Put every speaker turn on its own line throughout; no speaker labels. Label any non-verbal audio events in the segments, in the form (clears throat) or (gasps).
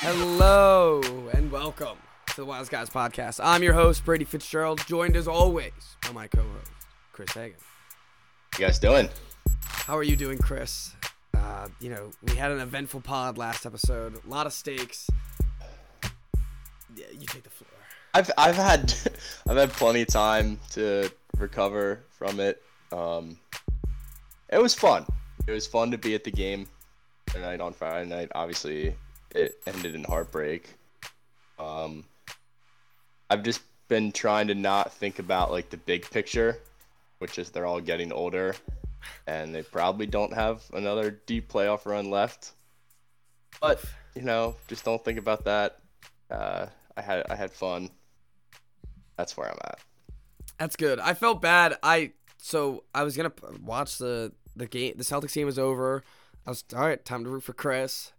Hello and welcome to the Wild Guys podcast. I'm your host Brady Fitzgerald, joined as always by my co-host Chris Hagan.
You guys doing?
How are you doing, Chris? Uh, you know, we had an eventful pod last episode. A lot of stakes. Yeah, you take the floor.
I've I've had (laughs) I've had plenty of time to recover from it. Um, it was fun. It was fun to be at the game tonight on Friday night. Obviously, it ended in heartbreak. Um, I've just been trying to not think about like the big picture, which is they're all getting older, and they probably don't have another deep playoff run left. But you know, just don't think about that. Uh, I had I had fun. That's where I'm at.
That's good. I felt bad. I so I was gonna p- watch the the game. The Celtics game was over. I was all right. Time to root for Chris.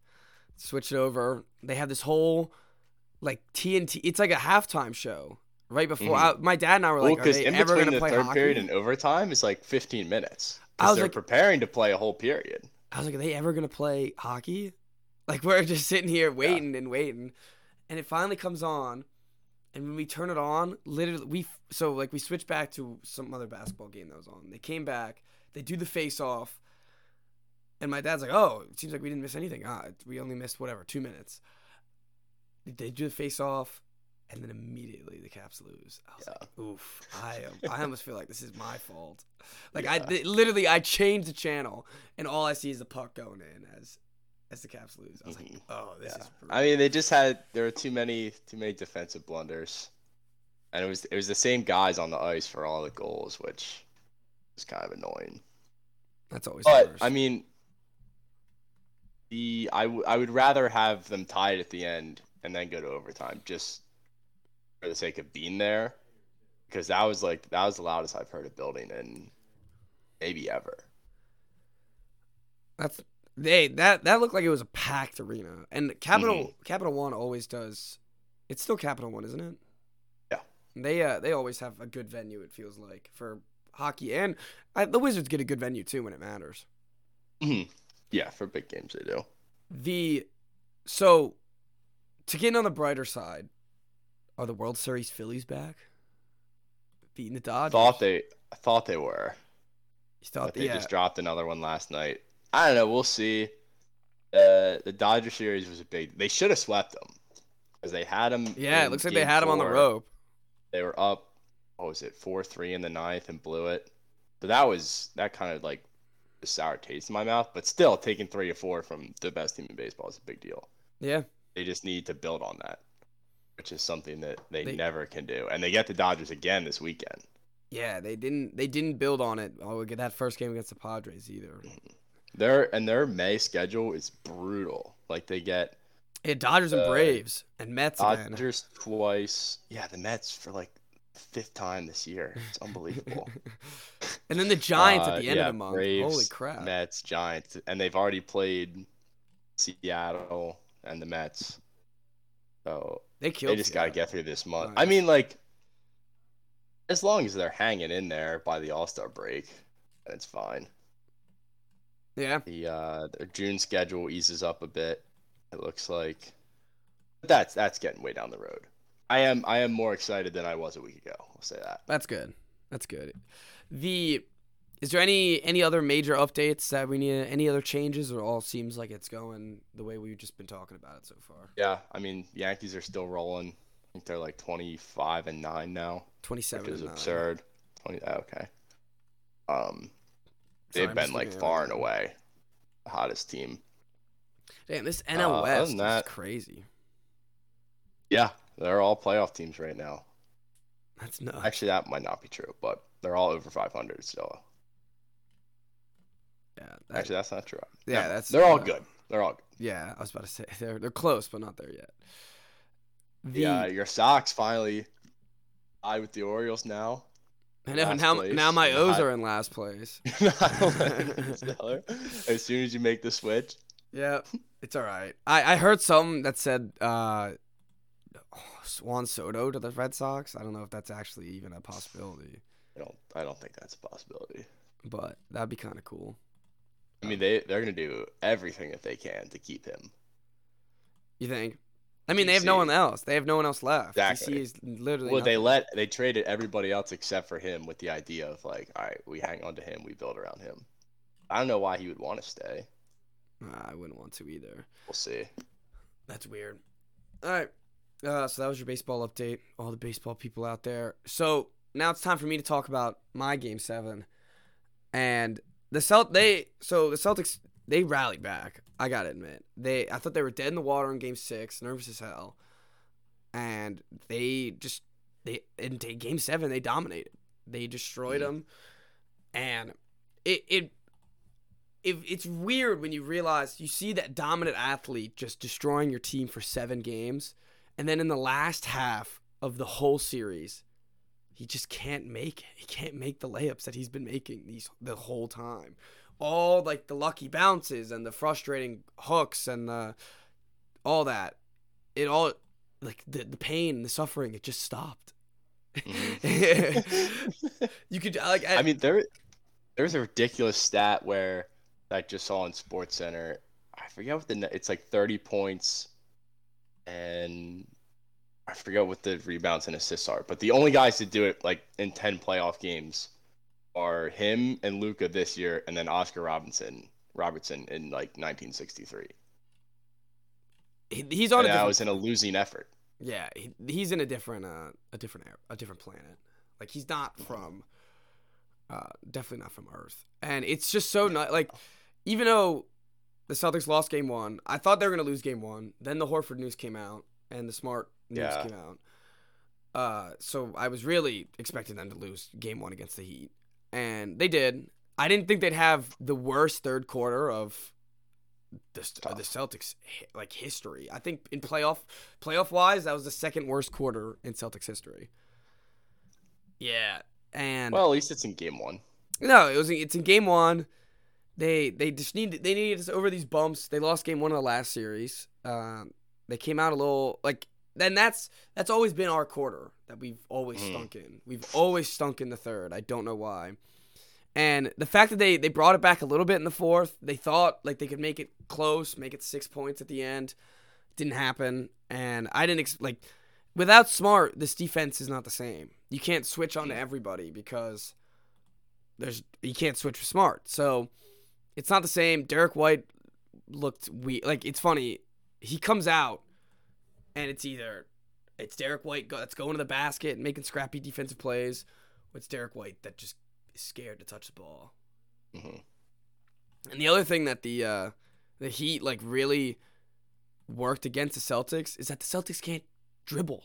Switch it over. They have this whole like TNT. It's like a halftime show right before. I, my dad and I were
Mm-hmm. Well,
like, "Are
because
they
in
ever
between
gonna
the
play
third
hockey?"
period and overtime is like 15 minutes.
I
'Cause
was
they're
like-
preparing to play a whole period.
I was like, "Are they ever gonna play hockey?" Like (laughs) we're just sitting here waiting and waiting, and it finally comes on. And when we turn it on, literally, we f- so like we switch back to some other basketball game that was on. They came back, they do the face off, and my dad's like, "Oh, it seems like we didn't miss anything. Ah, we only missed whatever two minutes." They do the face off, and then immediately the Caps lose. I was like, "Oof!" I I almost feel like this is my fault. Like I th- literally I changed the channel, and all I see is the puck going in as as the Caps lose. I was like,
Mhm.
"Oh, this is." brutal."
I mean, they just had there were too many too many defensive blunders, and it was it was the same guys on the ice for all the goals, which is kind of annoying.
That's always. the
But
worst.
I mean, the I w- I would rather have them tied at the end and then go to overtime just for the sake of being there, because that was like that was the loudest I've heard a building in maybe ever.
That's they that that looked like it was a packed arena. And Capital
Mm-hmm.
Capital One always does. It's still Capital One, isn't it?
Yeah.
They uh they always have a good venue. It feels like for hockey and I, the Wizards get a good venue too when it matters.
Mhm. Yeah, for big games they do.
The so to get on the brighter side, are the World Series Phillies back? Beating the Dodgers.
Thought they I thought they were.
You thought
but they
yeah.
just dropped another one last night. I don't know. We'll see. Uh, the Dodger series was a big. They should have swept them because they had them.
yeah, it looks like they had him on the
road.
rope.
They were up. What was it? Four three in the ninth and blew it. So that was that kind of like a sour taste in my mouth. But still, taking three to four from the best team in baseball is a big deal.
Yeah.
They just need to build on that, which is something that they,
They-
never can do. And they get the Dodgers again this weekend.
Yeah, they didn't they didn't build on it. Oh, get that first game against the Padres either.
Their and their May schedule is brutal. Like they get
Yeah, Dodgers and
Uh,
Braves and Mets again.
Dodgers twice. Yeah, the Mets for like the fifth time this year.
(laughs)
It's unbelievable.
and then the Giants
Uh,
at the end
yeah,
of the month.
Braves,
Holy crap.
Mets, Giants, and they've already played Seattle and the Mets. So
They killed
they just got to
Seattle.
get through this month.
Nice.
I mean, like, as long as they're hanging in there by the All Star break, it's fine.
Yeah.
The uh, their June schedule eases up a bit. It looks like, but that's that's getting way down the road. I am I am more excited than I was a week ago. I'll say that.
That's good. That's good. The is there any any other major updates that we need any other changes or all seems like it's going the way we've just been talking about it so far?
Yeah, I mean Yankees are still rolling. I think they're like twenty five and nine now,
Twenty
which
seven
is absurd. Twenty oh, okay. Um,
Sorry,
they've
I'm
been
just
like
looking at
far
it.
and away the hottest team.
Damn, this
Uh,
NL
other
West
than
is
that-
crazy.
Yeah, they're all playoff teams right now.
That's nuts.
Actually, that might not be true, but they're all over five hundred. So
yeah, that-
actually, that's not true.
yeah,
Never mind.
that's-
they're all
no.
good. They're all good.
yeah, I was about to say (laughs) they're they're close but not there yet. The,
Yeah, your Sox finally tied with the Orioles now. (laughs)
I know,
last
now
place
now my
in the
O's
hot-
are in last place. (laughs)
as soon as you make the switch,
Yeah,
(laughs)
it's all right. I, I heard some that said uh, Swan Soto to the Red Sox. I don't know if that's actually even a possibility,
I don't. I don't think that's a possibility.
but that'd be kind of cool.
I mean, they they're gonna do everything that they can to keep him.
You think? I mean, they have no
DC.
one else. They have no one else left.
Exactly.
DC is literally.
Well, they
nothing.
let they traded everybody else except for him with the idea of like, all right, we hang on to him, we build around him. I don't know why he would want to stay.
Nah, I wouldn't want to either.
We'll see.
That's weird. All right. Uh, so that was your baseball update. All the baseball people out there. So now it's time for me to talk about my game seven, and the Celt they so the Celtics they rallied back. I gotta admit they I thought they were dead in the water in game six, nervous as hell, and they just they in ta- game seven they dominated. They destroyed
Mhm.
them, and it it if it's weird when you realize you see that dominant athlete just destroying your team for seven games, and then in the last half of the whole series, he just can't make it. He can't make the layups that he's been making these the whole time. All like the lucky bounces and the frustrating hooks and the all that. It all like the the pain, the suffering, it just stopped. (laughs) you could like
Mm-hmm. I mean, there there's a ridiculous stat where I just saw on Sports Center. I forget what the ne- it's like 30 points, and I forget what the rebounds and assists are. But the only guys to do it like in 10 playoff games are him and Luca this year, and then Oscar Robinson Robertson in like 1963.
he- he's on
And
a
that
different
was in a losing effort.
Yeah, he, he's in a different uh, a different era, a different planet. Like he's not from uh definitely not from Earth. And it's just so not like even though the Celtics lost game 1, I thought they were going to lose game 1. Then the Horford news came out and the smart news
Yeah.
came out. Uh so I was really expecting them to lose game 1 against the Heat and they did. I didn't think they'd have the worst third quarter of the, the Celtics hi- like history. I think in playoff playoff wise, that was the second worst quarter in Celtics history. Yeah, and
Well, at least it's in game one.
no, it was it's in game one. They they just need they needed us over these bumps. They lost game one of the last series. Um, they came out a little like then that's that's always been our quarter that we've always
Mhm.
stunk in. We've always stunk in the third. I don't know why. And the fact that they they brought it back a little bit in the fourth, they thought like they could make it close, make it six points at the end. Didn't happen, and I didn't ex- like without Smart, this defense is not the same. You can't switch on to everybody because there's you can't switch with Smart. So it's not the same. Derek White looked we like it's funny. He comes out and it's either it's Derek White go, that's going to the basket and making scrappy defensive plays, or it's Derek White that just is scared to touch the ball.
Mhm.
And the other thing that the uh, the Heat like really worked against the Celtics is that the Celtics can't dribble.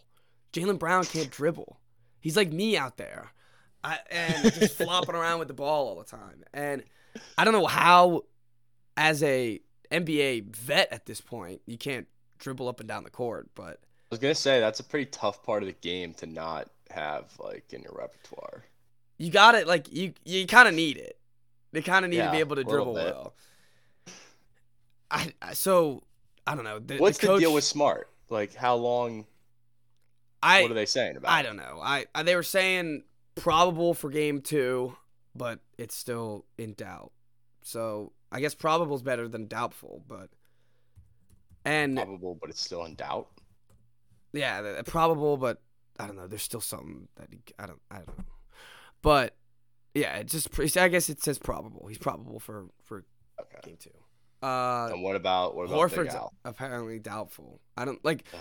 Jalen Brown
(laughs)
can't dribble. He's like me out there, I, and just flopping around with the ball all the time. And I don't know how, as a NBA vet at this point, you can't dribble up and down the court. But
I was gonna say that's a pretty tough part of the game to not have like in your repertoire.
you got it. Like you, you kind of need it. They kind of need to be
Yeah,
able to
a little
dribble
bit.
well. I, I so I don't know. The,
What's
the,
the,
coach,
deal with Smart? Like, how long?
I
what are they saying about?
I
it?
don't know. I, I they were saying probable for game two, but it's still in doubt. So I guess probable's better than doubtful, but and
Probable, but it's still in doubt.
yeah, th- th- probable, but I don't know. There's still something that he, I don't I don't know. But yeah, it just pr- I guess it says probable. He's probable for for
Okay.
game two. Uh,
And what about what about
Horford's
Big Al?
apparently doubtful. I don't
(sighs)
like.
Ugh.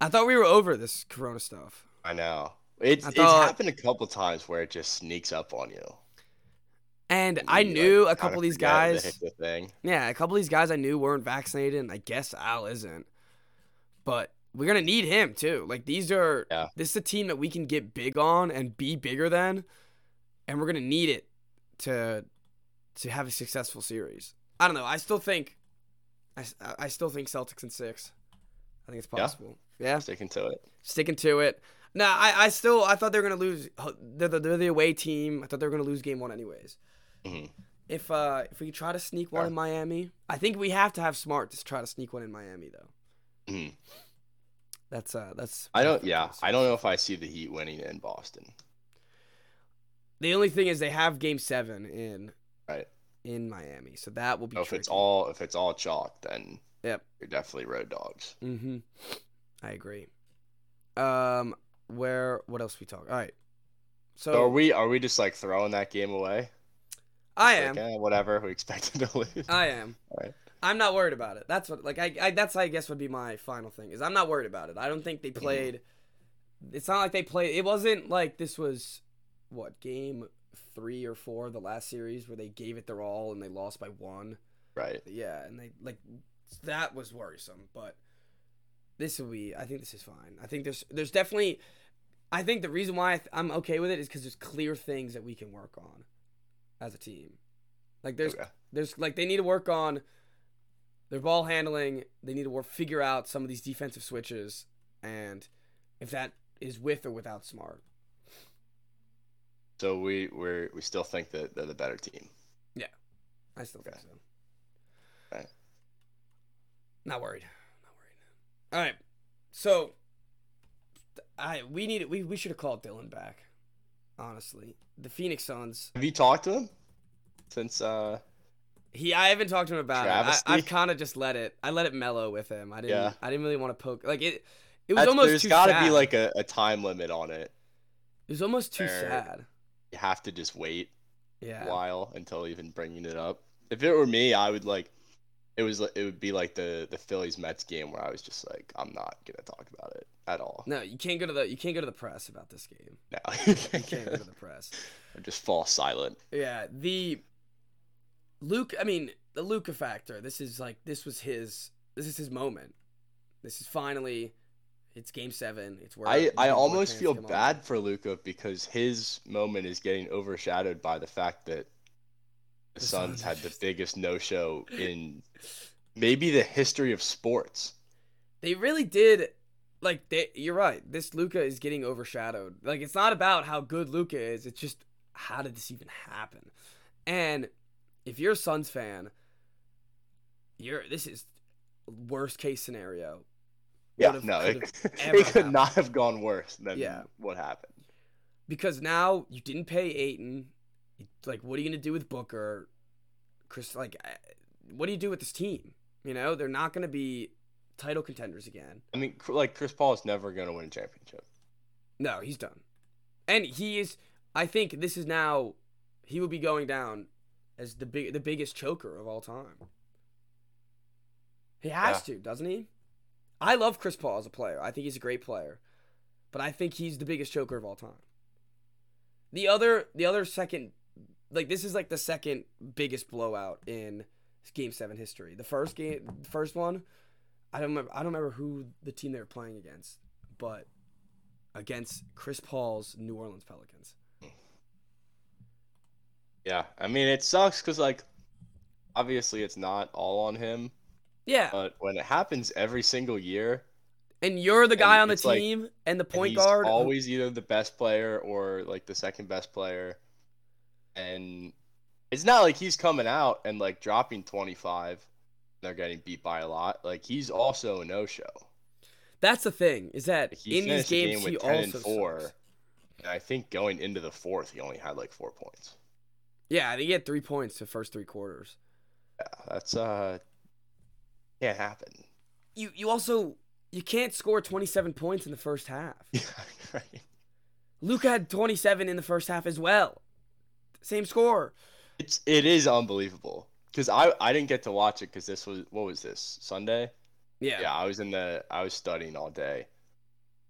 I thought we were over this Corona stuff.
I know it's
I
it's
thought-
happened a couple times where it just sneaks up on you.
And
and
I
you, like,
knew a
kinda
couple of these
forget they
guys.
hit The thing.
Yeah, a couple of these guys I knew weren't vaccinated, and I guess Al isn't. But we're gonna need him too. Like these are
Yeah.
this is a team that we can get big on and be bigger than, and we're gonna need it to to have a successful series. I don't know. I still think I, s- I still think Celtics in six. I think it's
Yeah.
possible. Yeah,
Sticking to it.
sticking to it. No, I, I still I thought they were gonna lose. They're the, they're the away team. I thought they were gonna lose game one anyways
Mhm.
if uh if we try to sneak one
Fair.
in Miami, I think we have to have Smart to try to sneak one in Miami though.
Mhm.
That's uh that's
I don't. Yeah, I don't know if I see the Heat winning in Boston.
The only thing is they have Game Seven in
Right.
in Miami, so that will be
So if it's
tricky.
all if it's all chalk, then
Yep.
you're definitely road dogs.
Mm-hmm. I agree. Um, where? What else we talk? All right. So,
So are we are we just like throwing that game away?
I
Like,
am. Uh,
eh, whatever. We expected to (laughs) lose.
I am.
Alright.
I'm not worried about it. That's what like I, I that's I guess would be my final thing is I'm not worried about it. I don't think they played. It's not like they played. It wasn't like this was what game three or four of the last series where they gave it their all and they lost by one.
right.
Yeah, and they like that was worrisome, but this will be. I think this is fine. I think there's there's definitely. I think the reason why I th- I'm okay with it is because there's clear things that we can work on as a team. Like there's
Okay.
there's like they need to work on their ball handling. They need to work, figure out some of these defensive switches and if that is with or without Smart.
So we we we still think that they're the better team.
I still think
Okay.
so.
Alright.
Not worried. Not worried. All right. So I we need we we should have called Dylan back. Honestly, the Phoenix Suns.
Have you talked to him since? uh
He I haven't talked to him about
Travesty?
it. I, I've kind of just let it. I let it mellow with him. I didn't.
Yeah.
I didn't really want to poke. Like it. It was
that's-
almost
there's
too
got to
sad.
be like a, a time limit on it.
It was almost too
Fair.
sad.
You have to just wait
Yeah.
a while until even bringing it up. If it were me, I would like. It was li- it would be like the the Phillies Mets game where I was just like, I'm not gonna talk about it at (laughs) all.
No, you can't go to the you can't go to the press about this game.
No,
You can't go to the
(laughs)
press.
Or just fall silent.
Yeah, the Luke. I mean, the Luca factor. This is like this was his. This is his moment. This is finally. It's game seven. It's where
I,
the
I
big boy
almost
pants
feel
come on.
bad for Luca because his moment is getting overshadowed by the fact that
The
the, Suns
Suns
had the
just-
biggest no show in maybe the history of sports.
They really did. Like they, you're right. This Luca is getting overshadowed. Like it's not about how good Luca is. It's just how did this even happen? And if you're a Suns fan, you're this is worst case scenario.
Yeah,
Would've-
no, it,
could've ever
(laughs) it could not have gone worse than
Yeah.
what happened.
because now you didn't pay Aiton. You- Like, what are you gonna do with Booker? Chris, like, I- what do you do with this team? You know, they're not gonna be title contenders again.
I mean, cr- like Chris Paul is never going to win a championship.
No, he's done, and he is. I think this is now. He will be going down as the big, the biggest choker of all time. He has to, doesn't he? I love Chris Paul as a player. I think he's a great player, but I think he's the biggest choker of all time. The other, the other second, like this is like the second biggest blowout in Game Seven history. The first game, first one, I don't remember. I don't remember who the team they were playing against, but against Chris Paul's New Orleans Pelicans.
Yeah, I mean, it sucks because like obviously it's not all on him,
Yeah,
but when it happens every single year,
and you're the guy
and
on the
it's like-
team and the
And
point
he's
guard. um, who-
always either the best player or like the second best player and it's not like he's coming out and like dropping 25 they're getting beat by a lot like he's also a no-show
that's the thing is that
like, he
in these
finished the
games
game
he
with 10
also
and 4
sucks.
and i think going into the fourth he only had like four points
Yeah, and he had three points the first three quarters.
yeah that's uh can't (laughs) happen
You you also you can't score 27 points in the first
(laughs)
half.
yeah right.
Luca had 27 in the first half as well. Same score.
it's it is unbelievable because i i didn't get to watch it because this was what was this sunday
Yeah.
yeah i was in the i was studying all day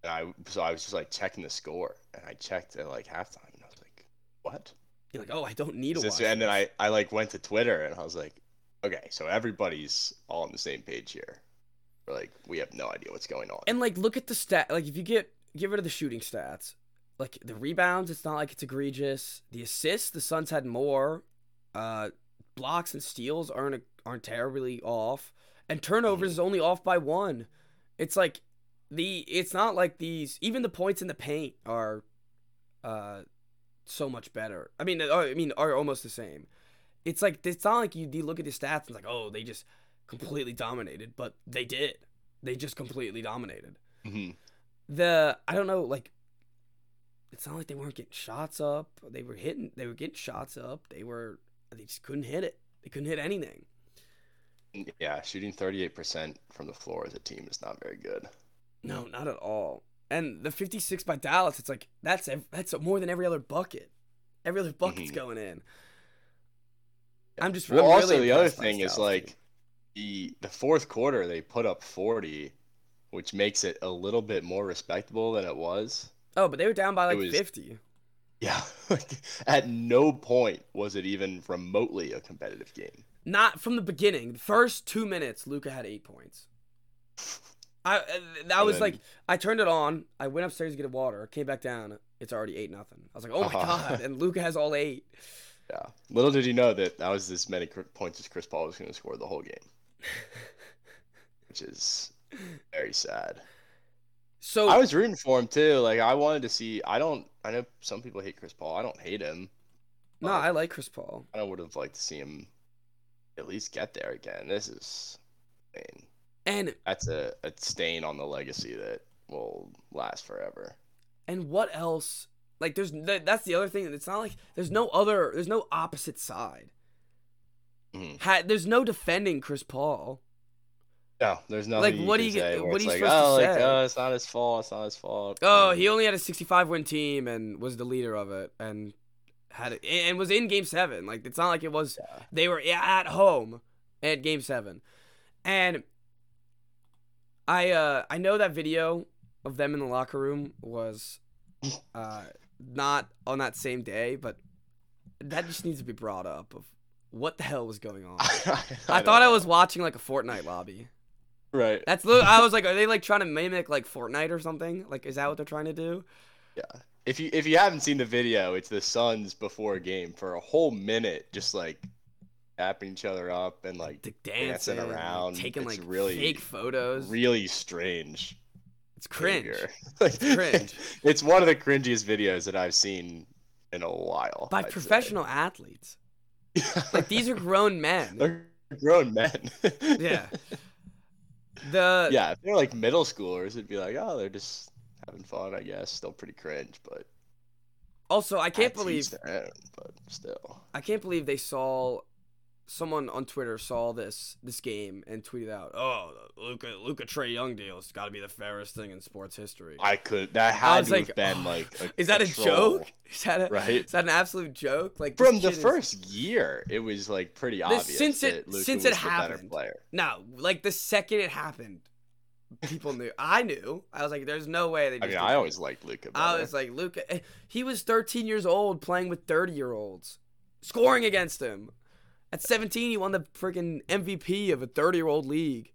and i so i was just like checking the score and i checked at like halftime and i was like what
You're like, oh, I don't need
Is
a
this-
watch.
and then i i like went to twitter and i was like okay so everybody's all on the same page here We're like we have no idea what's going on
And like, look at the stat. Like, if you get get rid of the shooting stats, like the rebounds, it's not like it's egregious. The assists, the Suns had more. Uh, blocks and steals aren't aren't terribly off, and turnovers is only off by one. It's like the it's not like these. Even the points in the paint are, uh, so much better. I mean, are, I mean, are almost the same. It's like it's not like you, you look at the stats and it's like, oh, they just completely dominated, but they did. They just completely dominated.
Mhm.
The I don't know, like it's not like they weren't getting shots up. They were hitting they were getting shots up. They were they just couldn't hit it. They couldn't hit anything.
yeah shooting 38% from the floor as a team is not very good
No, not at all. And the 56 by Dallas, it's like that's ev- that's more than every other bucket. Every other bucket's
Mhm.
going in. I'm just
Well,
I'm
also
really
the other
impressed by
thing is
Dallas
like
team.
the the fourth quarter they put up 40, which makes it a little bit more respectable than it was.
oh, but they were down by
it
like
was-
50.
Yeah, (laughs) like at no point was it even remotely a competitive game.
Not from the beginning. The first two minutes, Luca had eight points. I uh, that
And
was
then-
like I turned it on. I went upstairs to get water. Came back down. It's already eight nothing. I was like, oh
(laughs)
my
Uh-huh.
god! And Luca has all eight.
Yeah. Little did you know that that was as many cr- points as Chris Paul was going to score the
(laughs)
whole game, which is very sad.
So
I was rooting for him too. Like I wanted to see. I don't. I know some people hate Chris Paul. I don't hate him.
no,
but
I like Chris Paul.
I would have liked to see him at least get there again. This is, I mean,
And
that's a, a stain on the legacy that will last forever.
and what else? Like there's that, that's the other thing. It's not like there's no other. There's no opposite side.
Mhm.
Ha, there's no defending Chris Paul.
No, there's nothing.
what
you
do you
can
get-
say where
what
it's
are you
like,
supposed to
oh, like,
say?
oh, it's not his fault. It's not his fault.
Oh,
Um,
he only had a 65 win team and was the leader of it and had it and was in game 7. Like it's not like it was
Yeah. (laughs)
they were at home at game 7. And I uh I know that video of them in the locker room was uh not on that same day, but that just needs to be brought up of what the hell was going
(laughs)
on. I,
don't
thought I
know.
was watching like a Fortnite lobby.
right.
That's li- I was like, are they like trying to mimic like Fortnite or something? Like, is that what they're trying to do?
If you if you haven't seen the video, it's the Suns before a game for a whole minute, just like tapping each other up and like
like dancing, like,
around.
taking
It's
like
really-
fake photos.
really strange.
it's cringe.
behavior. (laughs) Like,
cringe.
it's one of the cringiest videos that I've seen in a while.
By
I'd say. (laughs)
professional athletes. Like these are grown men.
they're grown men. (laughs)
yeah. The
yeah. If they're like middle schoolers, it'd be like, oh, they're just having fun, I guess. Still pretty cringe, but
also I can't
to each
believe
their own, but still.
I can't believe they saw someone on Twitter saw this this game and tweeted out, "Oh, Luca Luca Trey Young deal has got to be the fairest thing in sports history."
I could. That
I
had
was
to
like,
have been
"Oh,
like. A,
(gasps) is that a
troll,
joke? (laughs) Is that a,
Right.
is that an absolute joke? Like this
From the
kid is-
first year, it was like pretty obvious
since it-
that Luka
since
was
it
the better
happened.
player.
No, like the second it happened, people knew. I knew. I was like, "There's no way." They
I
just
mean,
did
I
that.
always liked Luka.
I was like, Luca. He was 13 years old playing with 30 year olds, scoring against him. At 17, he won the freaking MVP of a 30 year old league.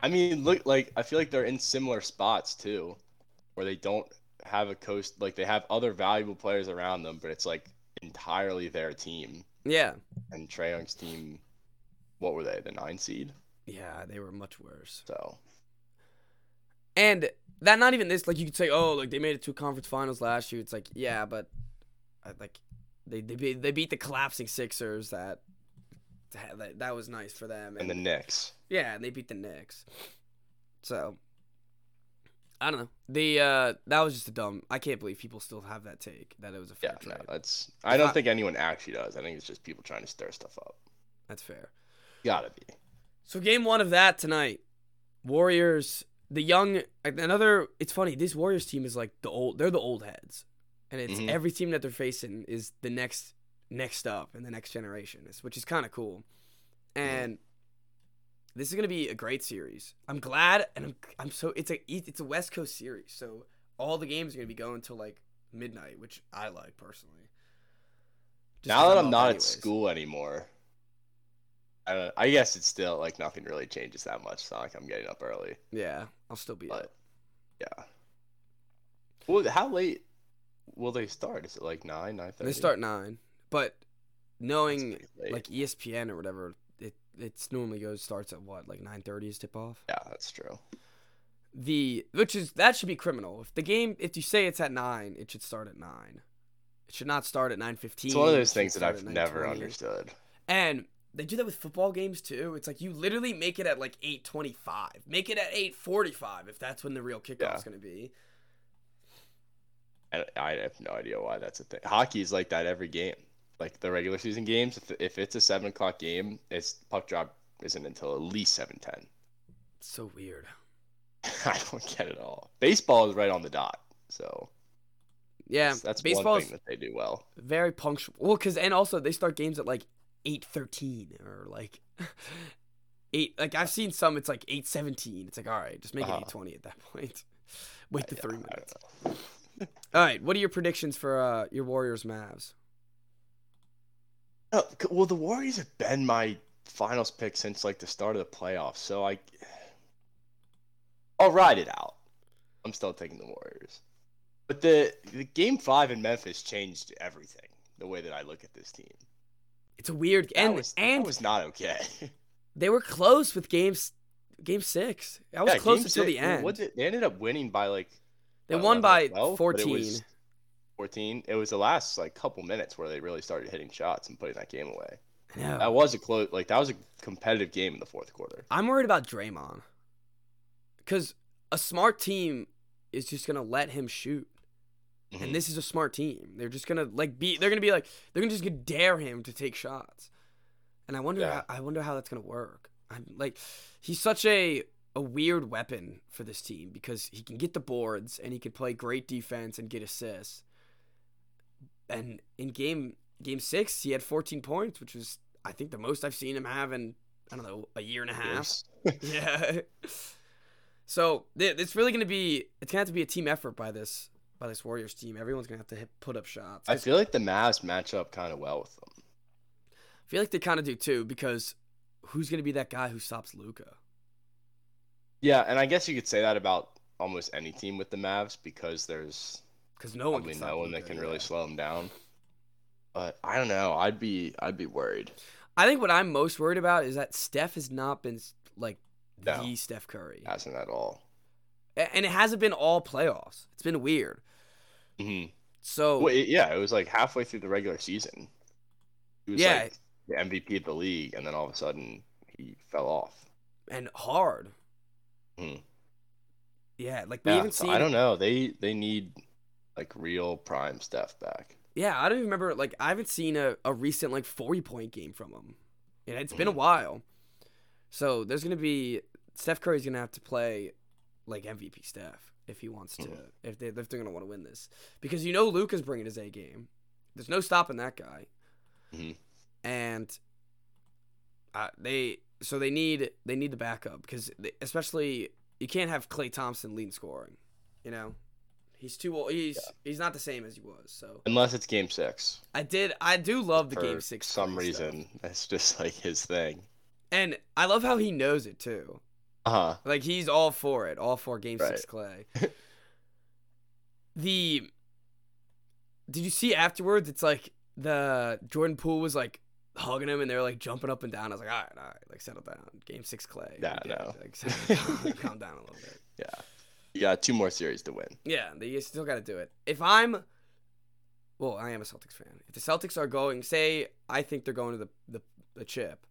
I mean, look, like I feel like they're in similar spots too, where they don't have a coach. Like they have other valuable players around them, but it's like entirely their team.
Yeah.
And Trae Young's team, what were they? The nine seed.
Yeah, they were much worse.
So
And that not even this. Like you could say, oh, like they made it to conference finals last year. It's like, yeah, but I, like they they beat, they beat the collapsing Sixers. That that, that was nice for them.
and the Knicks.
Yeah, and they beat the Knicks. So I don't know. The uh that was just a dumb. I can't believe people still have that take that it was a fair
Yeah, no,
trade.
that's. I don't
I-
think anyone actually does. I think it's just people trying to stir stuff up.
That's fair.
Gotta be.
So game one of that tonight, Warriors. The young another. It's funny. This Warriors team is like the old. They're the old heads, and it's
Mhm.
every team that they're facing is the next next up and the next generation, is- which is kind of cool. And this is gonna be a great series. I'm glad, and I'm I'm so it's a e, it's a West Coast series, so all the games are gonna be going till like midnight, which I like personally. Just
now
'cause
that I'm
up
not
anyways.
at school anymore, I don't. I guess it's still like nothing really changes that much. It's not like I'm getting up early.
yeah, I'll still be. up.
But yeah. Well, how late will they start? Is it like nine, nine thirty?
They start nine, but knowing
Like,
like E ESPN or whatever, it it's normally goes starts at what like nine thirty is tip off.
yeah, that's true.
The which is that should be criminal. If the game, if you say it's at nine, it should start at nine. It should not start at nine fifteen.
It's one of those things that I've never understood.
And they do that with football games too. It's like you literally make it at like eight twenty five. Make it at eight forty five if that's when the real kickoff's
Yeah.
gonna be.
I, I have no idea why that's a thing. Hockey is like that every game. Like the regular season games, if, if it's a seven o'clock game, it's puck drop isn't until at least seven ten.
so weird.
(laughs) I don't get it all. Baseball is right on the dot, so
Yeah,
that's, that's one
baseball's
thing that they do well.
very punctual. Well, because and also they start games at like eight thirteen or like (laughs) eight. Like I've seen some, it's like eight seventeen. It's like all right, just make it
Uh-huh.
eight twenty at that (laughs) point. Wait the
Yeah,
three
I
minutes.
don't know. (laughs)
All right, what are your predictions for uh, your Warriors Mavs?
No, Oh, c- well, the Warriors have been my finals pick since like the start of the playoffs, so I, I'll ride it out. I'm still taking the Warriors, but the the game five in Memphis changed everything. The way that I look at this team,
It's a weird
that
and
was, that
and
was not okay.
they were close with games game six. I was
(laughs) Yeah,
close
game
until
six-
the end.
What did, they ended up winning by like
they won by
11 or 12, but it
fourteen.
was 14. It was the last like couple minutes where they really started hitting shots and putting that game away.
I know.
That was a close, like that was a competitive game in the fourth quarter.
I'm worried about Draymond. Because a smart team is just going to let him shoot.
Mhm.
And this is a smart team. They're just going to like be they're going to be like they're going to just gonna dare him to take shots. And I wonder
Yeah.
how, I wonder how that's going to work. I'm like he's such a a weird weapon for this team because he can get the boards and he can play great defense and get assists. And in game game 6, he had 14 points, which was I think the most I've seen him have in I don't know, a year and a half.
Years.
(laughs) Yeah. So th- it's really going to be it's going to have to be a team effort by this by this Warriors team. Everyone's going to have to hit, put up shots.
I feel like the Mavs match up kind of well with them.
I feel like they kind of do too because who's going to be that guy who stops Luca?
Yeah, and I guess you could say that about almost any team with the Mavs because there's
Because no one
probably
can stop
no one that
Luka,
can really
yeah.
slow them down. But I don't know. I'd be I'd be worried.
I think what I'm most worried about is that Steph has not been like
No.
the Steph Curry,
Hasn't at all.
A- and it hasn't been all playoffs. It's been weird.
hmm
So
Well, it- yeah, it was like halfway through the regular season. He was
Yeah.
like the MVP of the league, and then all of a sudden he fell off.
and hard.
Mhm.
Yeah, like we
Yeah,
even
so
seen
I don't know. They they need like real prime Steph back.
Yeah, I don't even remember. Like, I haven't seen a, a recent like forty point game from him, and it's been a while. So there's gonna be Steph Curry's gonna have to play like MVP Steph if he wants to.
Mhm.
If they if they're gonna want to win this, because you know Luca's bringing his A game. There's no stopping that guy.
Mhm.
And uh, they so they need they need the backup because they, especially you can't have Clay Thompson leading scoring. You know, he's too old. He's he's not the same as he was. So.
Unless it's game six.
I did. I do love the
for
game six.
some
three stuff.
reason. (laughs) That's just like his thing.
and I love how he knows it too.
Uh huh.
Like he's all for it, all for game six
Right.
Clay.
(laughs)
the did you see afterwards? It's like the Jordan Poole was like hugging him, and they were like jumping up and down. I was like, all right, all right, like settle down. Game six Clay.
Yeah, I
You get it.
know.
Like, settle down, (laughs) calm down a little bit.
You got two more series to win.
Yeah, they still got to do it. If I'm, well, I am a Celtics fan. If the Celtics are going, say, I think they're going to the the, the chip.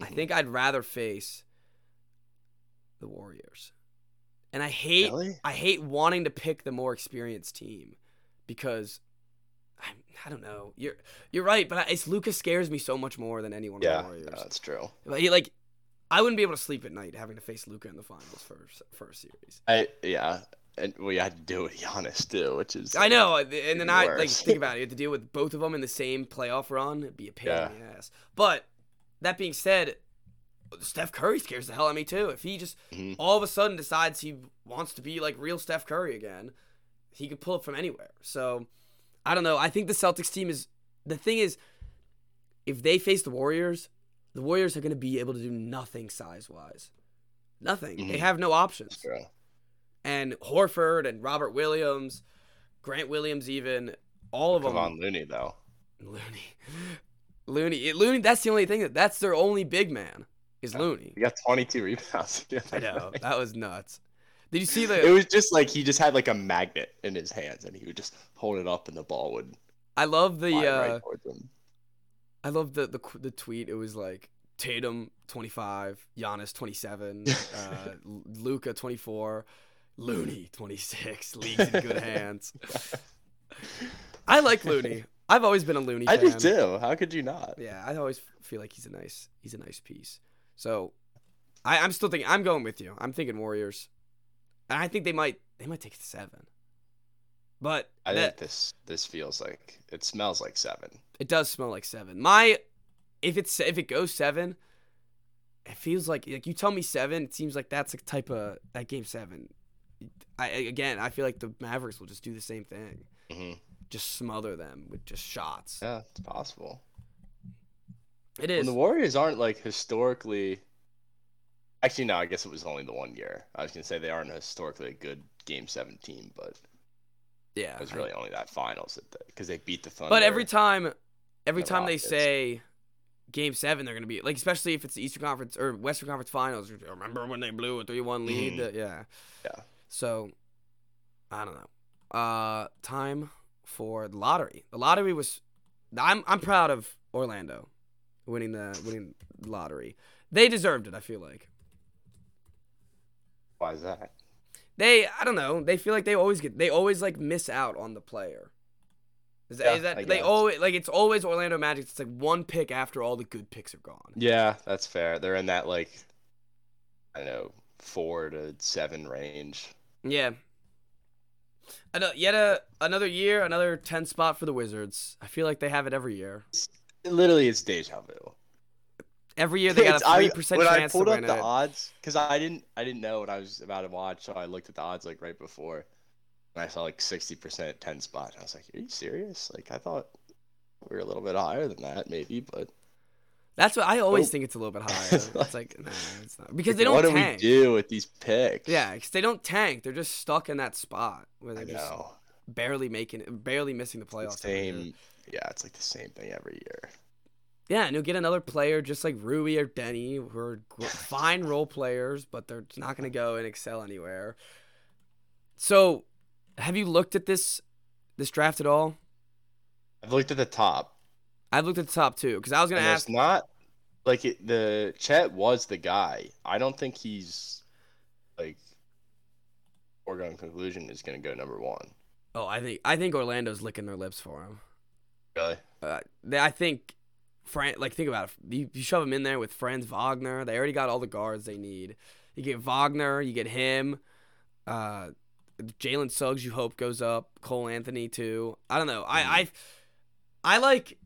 I
Mhm.
think I'd rather face the Warriors, and I hate
Really?
I hate wanting to pick the more experienced team because I I don't know. You're you're right, but I, it's Lucas scares me so much more than anyone. on
Yeah,
the Warriors.
no, that's true.
Like, he- like I wouldn't be able to sleep at night having to face Luca in the finals for for a series.
I yeah, and we had to do with Giannis too, which is
I know, and and then
even
I like
worse.
think about it. You have to deal with both of them in the same playoff run. It'd be a pain in the ass. But that being said, Steph Curry scares the hell out of me too. If he just
Mhm.
all of a sudden decides he wants to be like real Steph Curry again, he could pull up from anywhere. So I don't know. I think the Celtics team is the thing is if they face the Warriors, the Warriors are going to be able to do nothing size wise. Nothing. They
Mhm.
have no options
True.
and Horford and Robert Williams, Grant Williams, even all of them.
Kevon Looney though.
Looney, (laughs) Looney, It- Looney. That's the only thing that that's their only big man is
Yeah.
Looney.
He got 22 rebounds. (laughs) the other
I know
night.
that was nuts. Did you see
It
the?
was just like he just had like a magnet in his hands, and he would just hold it up, and the ball would
I love the.
fly
Uh,
right towards him.
I love the, the qu- the tweet. It was like Tatum twenty five, Giannis twenty
(laughs)
seven, uh, Luca twenty four, Looney twenty six. League's in
(laughs)
good hands. I like Looney. I've always been a Looney.
I
fan.
do too. How could you not?
Yeah, I always feel like he's a nice he's a nice piece. So I, I'm still thinking I'm going with you. I'm thinking Warriors. and I think they might they might take it to seven. But
I
that-
think this this feels like it smells like seven.
it does smell like seven. My if it's if it goes seven, it feels like like you tell me seven. It seems like that's a type of that game seven. I again, I feel like the Mavericks will just do the same thing,
Mhm.
just smother them with just shots.
Yeah, it's possible.
It
And
is.
the Warriors aren't like historically. Actually, no. I guess it was only the one year. I was gonna say they aren't historically a good Game Seven team, but
yeah,
it was
I-
really only that Finals because they beat the Thunder.
Uh-huh. But every time, every
the
time they
Rockets.
say game seven, they're gonna be like, especially if it's the Eastern Conference or Western Conference Finals. Remember when they blew a three-one lead?
Mhm.
Yeah.
Yeah.
So, I don't know. Uh, time for the lottery. The lottery was. I'm I'm proud of Orlando, winning the winning the lottery. They deserved it. I feel like
why is that?
they. I don't know. They feel like they always get. They always like miss out on the player. Is that,
Yeah,
is that
I
they
guess.
always like it's always Orlando Magic. It's like one pick after all the good picks are gone.
Yeah, that's fair. They're in that like, I don't know, four to seven range.
Yeah. Ano- Yet a, another year, another 10 spot for the Wizards. I feel like they have it every year.
Literally, it's deja vu.
Every year they got a
It's- I-
3%
when I
chance to
pulled up
win
the
it.
odds, because I didn't, I didn't know what I was about to watch, so I looked at the odds like right before, and I saw like sixty percent ten spot. And I was like, "Are you serious? Like, I thought we were a little bit higher than that, maybe." But
That's what I always
Oh.
think it's a little
(laughs)
bit higher. it's like, nah, it's not. Because they don't
what
tank.
do we do with these picks?
Yeah, because they don't tank. They're just stuck in that spot where
I
they're just
know.
barely making it, barely missing the
It's
playoffs.
the
every year.
same. Yeah, it's like the same thing every year.
Yeah, and you'll get another player just like Rui or Denny, who are gr- fine role players, but they're not going to go and excel anywhere. So, have you looked at this this draft at all?
I've looked at the top.
I've looked at the top two because I was going to
and
ask.
there's not like it, the Chet was the guy. I don't think he's like foregone conclusion is going to go number one.
Oh, I think I think Orlando's licking their lips for him.
Really?
Uh, they, I think, Fran, like think about it. You, you shove him in there with Franz Wagner. They already got all the guards they need. You get Wagner, you get him. Uh, Jalen Suggs, you hope goes up. Cole Anthony too. I don't know. I I, I like,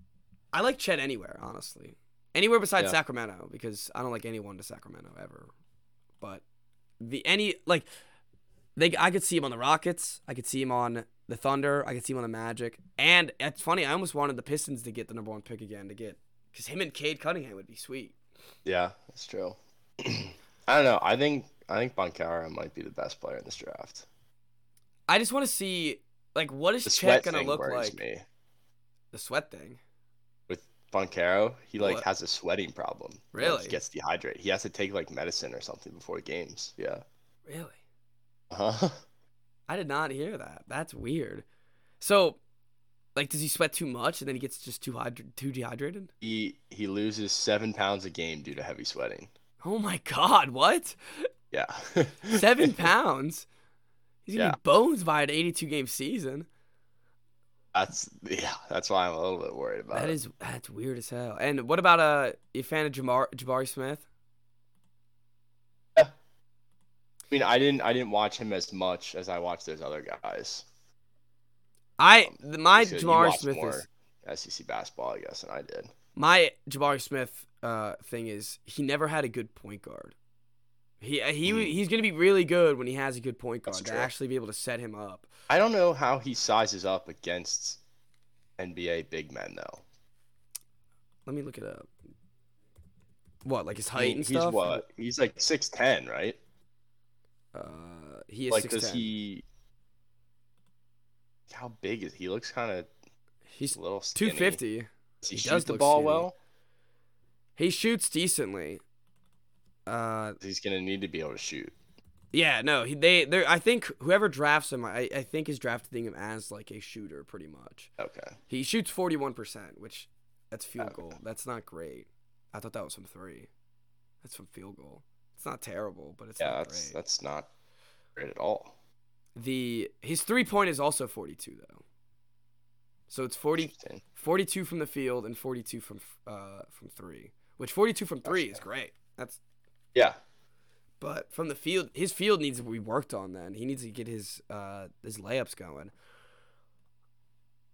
I like Chet anywhere honestly. Anywhere besides
Yeah.
Sacramento because I don't like anyone to Sacramento ever. But the any like, they I could see him on the Rockets. I could see him on the Thunder. I could see him on the Magic. And it's funny. I almost wanted the Pistons to get the number one pick again to get because him and Cade Cunningham would be sweet.
Yeah, that's true. (clears throat) I don't know. I think I think Boncaro might be the best player in this draft.
I just want to see like what is
The
Chet
sweat
gonna
thing
look
worries
like?
me.
The sweat thing.
With Boncaro, he like
What?
has a sweating problem. He, like,
Really?
gets dehydrated. He has to take like medicine or something before games. Yeah.
Really?
Uh-huh. (laughs)
I did not hear that. That's weird. So, like, does he sweat too much and then he gets just too hydr- too dehydrated?
He he loses seven pounds a game due to heavy sweating.
Oh my God! What?
Yeah. (laughs)
Seven pounds? He's gonna
Yeah.
be bones by an 82 game season.
That's yeah. That's why I'm a little bit worried about
That
it.
is that's weird as hell. And what about uh, you a fan of Jamar, Jabari Smith?
I mean, I didn't I didn't watch him as much as I watched those other guys.
I
Um,
the, my
So you
Jabari
watched
Smith is
more SEC basketball, I guess, than I did.
my Jabari Smith uh, thing is he never had a good point guard. He uh, he
Mm.
he's gonna be really good when he has a good point guard
That's
to
true.
actually be able to set him up.
I don't know how he sizes up against NBA big men though.
Let me look it up. What like his
I
height
mean,
and
he's
stuff?
what? He's like six ten, right?
Uh, he is
like,
six
does he? How big is he? he looks kind of
He's
a little
two
skinny.
fifty.
Does he,
He
shoot
does
the
look
ball
skinny.
well?
He shoots decently. Uh,
He's gonna need to be able to shoot.
Yeah, no, he, they they I think whoever drafts him, I, I think is drafting him as like a shooter pretty much.
Okay.
He shoots forty one percent, which that's field
Okay.
goal. That's not great. I thought that was from three. That's from field goal. It's not terrible, but it's
yeah,
not
that's
great.
that's not great at all.
The his three point is also forty two though. So it's 40,
Interesting.
42 from the field and forty two from uh from three. Which forty two from three is great. That's
Yeah.
But from the field, his field needs to be worked on. Then he needs to get his uh, his layups going.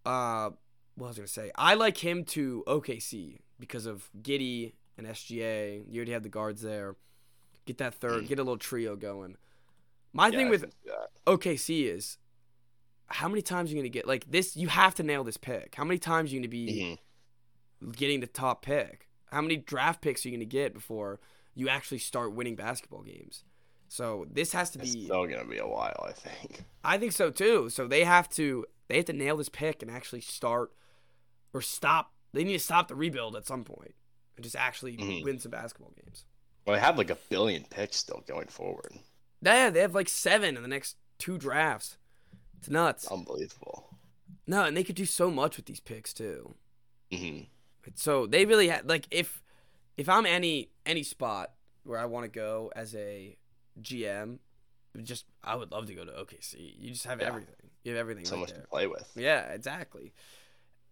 Uh, what was I gonna say? I like him to OKC because of Giddy and SGA. You already have the guards there. Get that third. Get a little trio going. My
Yeah,
thing
I
with
can see that.
OKC is how many times are you gonna get like this? You have to nail this pick. How many times are you gonna be?
Mhm.
getting the top pick. How many draft picks are you going to get before you actually start winning basketball games? So this has to
it's
be.
still gonna be a while, I think.
I think so too. So they have to they have to nail this pick and actually start or stop. They need to stop the rebuild at some point and just actually
Mhm.
win some basketball games.
Well, they have like a billion picks still going forward.
Yeah, they have like seven in the next two drafts. It's nuts.
It's unbelievable.
No, and they could do so much with these picks too.
hmm
So they really had like if if I'm any any spot where I want to go as a GM, just I would love to go to OKC. You just have
Yeah.
everything. You have everything
So
right
much to
there.
play with.
Yeah, exactly.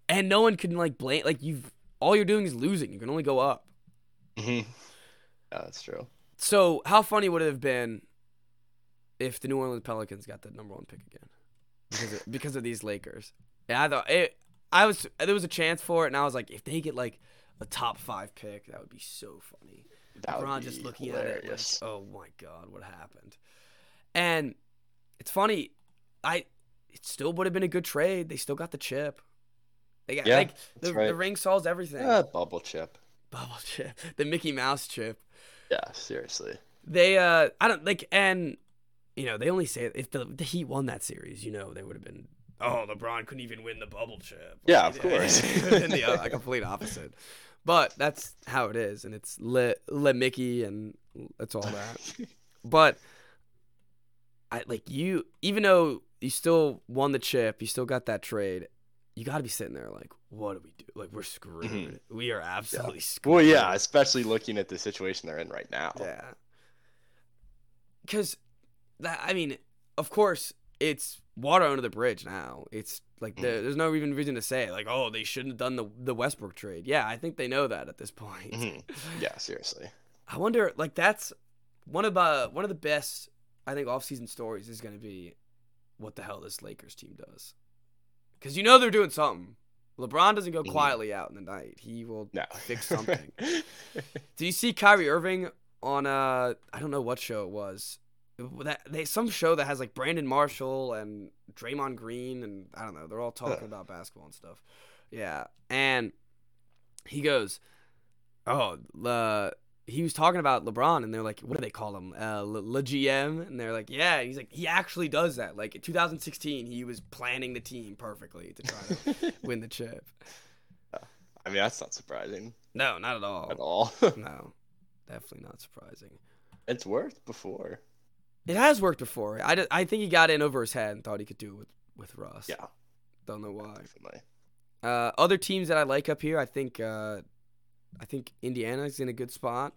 And no one can like blame like you've all you're doing is losing. You can only go up.
Mhm. Yeah, that's true.
So how funny would it have been if the New Orleans Pelicans got the number one pick again because of, because of these Lakers? Yeah, I thought it. I was there was a chance for it, and I was like, if they get like a top five pick, that would be so funny.
That would
LeBron
be
just looking at it, like,
hilarious.
oh my god, what happened? And it's funny, I it still would have been a good trade. They still got the chip. They got
Yeah,
like the,
that's right.
the ring solves everything.
Ah, bubble chip.
(laughs) Bubble chip, the Mickey Mouse chip
Yeah, seriously.
they uh i don't like and you know they only say if the, the heat won that series you know they would have been oh lebron couldn't even win the bubble chip
Yeah, of
(laughs)
course.
and the uh, complete opposite but that's how it is and it's le, le mickey and it's all that
(laughs)
but i like you even though you still won the chip you still got that trade you got to be sitting there like what do we do like we're screwed
Mhm.
we are absolutely screwed
well, yeah, especially looking at the situation they're in right now.
yeah. Because, I mean, of course, it's water under the bridge now. It's like there, there's no even reason to say like, oh, they shouldn't have done the the Westbrook trade. Yeah, I think they know that at this point. (laughs)
Mhm. Yeah, seriously.
I wonder, like, that's one of uh, one of the best I think off season stories is going to be what the hell this Lakers team does. Because you know they're doing something. LeBron doesn't go
Mhm.
quietly out in the night. He will
No.
Fix something. do you see Kyrie Irving on uh I don't know what show it was. That they some show that has like Brandon Marshall and Draymond Green and I don't know, they're all talking
Huh.
about basketball and stuff. Yeah. And he goes, "Oh, uh, he was talking about LeBron and they're like, what do they call him? Uh, Le, Le GM?" And they're like, "Yeah." And he's like, "He actually does that. Like in 2016, he was planning the team perfectly to (laughs) try to win the chip."
(laughs) I mean, that's not surprising
No, not at all.
at all. (laughs)
No. Definitely not surprising.
it's worked before.
It has worked before. I, d- I think he got in over his head and thought he could do it with, with Russ.
Yeah.
Don't know why.
Definitely.
Uh, other teams that I like up here, I think uh, I think Indiana's in a good spot.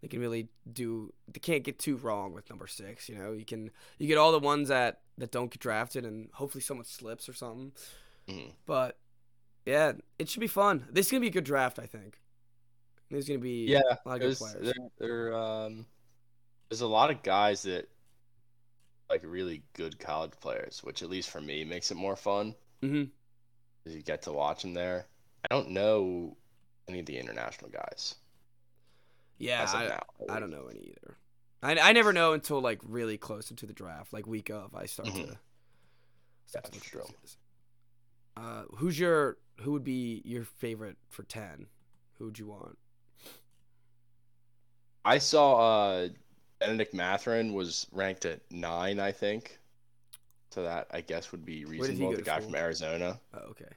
They can really do they can't get too wrong with number six, you know. You can you get all the ones that, that don't get drafted and hopefully someone slips or something.
Mhm.
But yeah, it should be fun. This is gonna be a good draft, I think. There's gonna be
Yeah,
a lot of good
There's,
players.
there, there, um, there's a lot of guys that like really good college players, which at least for me makes it more fun.
Mhm.
'cause You get to watch them there. I don't know any of the international guys.
Yeah,
as of
I,
now,
I don't know any either. I, I never know until like really close to the draft, like week of. I start
Mhm.
to. Start to
That's
look at
true.
these guys. Uh, who's your who would be your favorite for ten? Who would you want?
I saw uh, Benedict Matherin was ranked at nine, I think. So that I guess would be
he
reasonable.
go
The
to
guy
school?
from Arizona,
Oh, okay,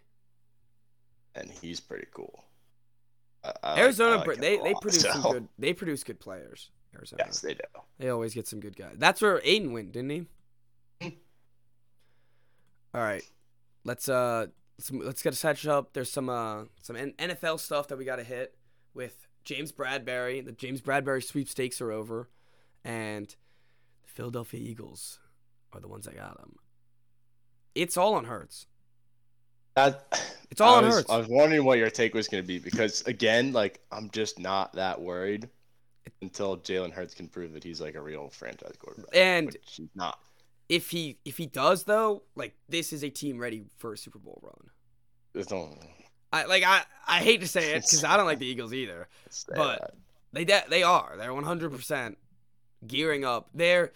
and he's pretty cool. I- I like- I
Arizona.
like
pro-
him
they
a
they
lot,
produce some
so-
good. They produce good players. Arizona.
(laughs) Yes, they do.
They always get some good guys. That's where Aiden went, didn't he?
Mhm.
All right, let's uh let's, let's get a catch up. There's some uh some N- NFL stuff that we got to hit with James Bradbury. The James Bradbury sweepstakes are over, and the Philadelphia Eagles are the ones that got him. It's all on Hurts.
That
It's all
I
on
was,
Hurts.
I was wondering what your take was going to be because again, like I'm just not that worried until Jalen Hurts can prove that he's like a real franchise quarterback.
And
which he's not.
if he if he does though, like this is a team ready for a Super Bowl run.
There's no.
I like I, I hate to say it because I don't like the Eagles either.
it's
But-
that.
They de- they are. They're 100% gearing up. There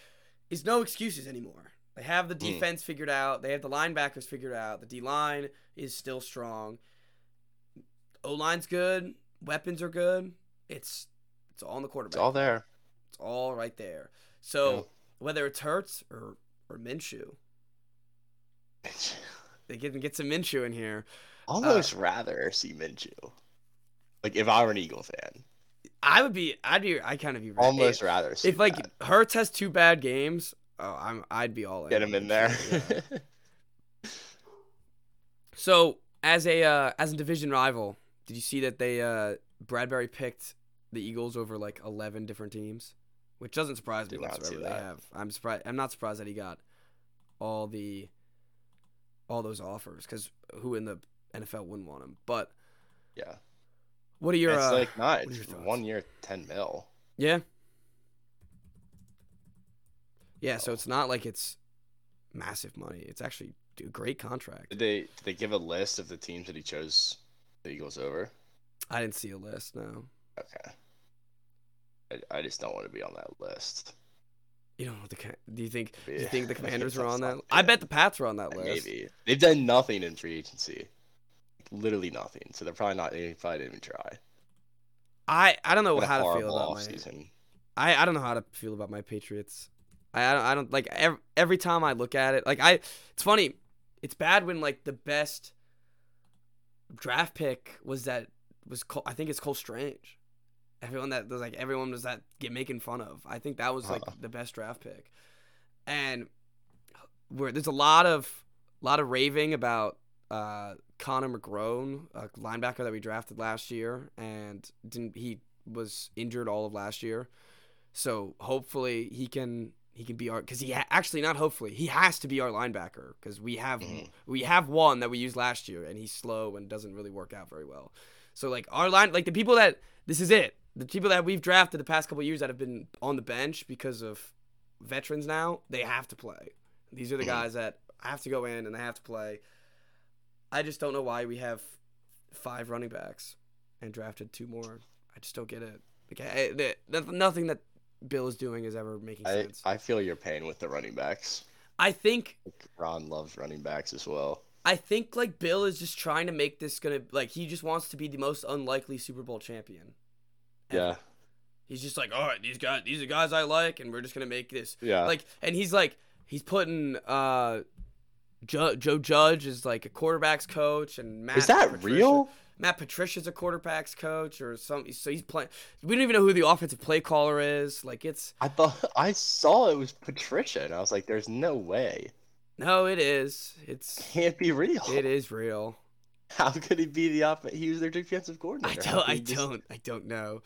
is no excuses anymore. They have the
Hmm.
defense figured out. They have the linebackers figured out. The D line is still strong. O line's good. Weapons are good. It's it's all in the quarterback.
it's all there.
It's all right there. So
Yeah.
whether it's Hurts or or Minshew, they can get some Minshew in here. Uh,
Almost rather see Minshew. Like if I were an Eagle fan,
I would be. I'd be. I kind of be right.
almost rather see
if like
that.
Hertz has two bad games, oh, I'm I'd be all in.
get him in there.
Yeah. so as a uh, as a division rival, did you see that they uh, Bradbury picked the Eagles over like eleven different teams, which doesn't surprise me
Did not see
whatsoever. They
that.
have. I'm surprised. I'm not surprised that he got all the all those offers because who in the NFL wouldn't want him? But
(laughs) yeah,
what are your
it's
uh,
like not
what are your thoughts?
one year, ten mil.
yeah yeah?
Oh.
So it's not like it's massive money. It's actually a great contract.
Did they did they give a list of the teams that he chose the Eagles over?
I didn't see a list. No,
Okay. I, I just don't want to be on that list.
you don't know what the. Com- Do you think? Do you
Yeah. (laughs)
think the Commanders were on that?
Something.
I bet the Pats were on that list.
Maybe they've done nothing in free agency, literally nothing. So they're probably not. They probably didn't even try.
I I don't know
What a
how to feel
horrible
about my.
offseason.
I I don't know how to feel about my Patriots. I I don't, I don't like every, every time I look at it. Like I, it's funny. It's bad when like the best draft pick was that was Col- I think it's Cole Strange. Everyone that was like everyone was that get making fun of. I think that was like
Uh-huh.
the best draft pick, and where there's a lot of lot of raving about uh, Connor McGrone, a linebacker that we drafted last year, and didn't he was injured all of last year, so hopefully he can he can be our because he ha- actually not hopefully he has to be our linebacker because we have
Mhm.
we have one that we used last year and he's slow and doesn't really work out very well, so like our line like the people that this is it the people that we've drafted the past couple years that have been on the bench because of veterans now they have to play these are the
Mhm.
guys that have to go in and they have to play. I just don't know why we have five running backs and drafted two more. I just don't get it. Like, I, the, the- nothing that Bill is doing is ever making
I,
sense. I,
I feel your pain with the running backs.
think
Like, Ron loves running backs as well.
I think like Bill is just trying to make this gonna like he just wants to be the most unlikely Super Bowl champion.
Yeah,
He's just like, all right, these guys, these are guys I like, and we're just gonna make this
yeah.
like and he's like he's putting uh Ju- Joe Judge is like a quarterbacks coach and Matt
is that
Patricia-
real?
Matt Patricia's a quarterbacks coach or some so he's playing we don't even know who the offensive play caller is like it's
I thought I saw it was Patricia, and I was like, "There's no way.
no it is it's
Can't be real.
it is
(sighs)
real
(laughs) How could he be the off? He was their defensive
I
coordinator. How
don't
could
I
he just-
don't I don't know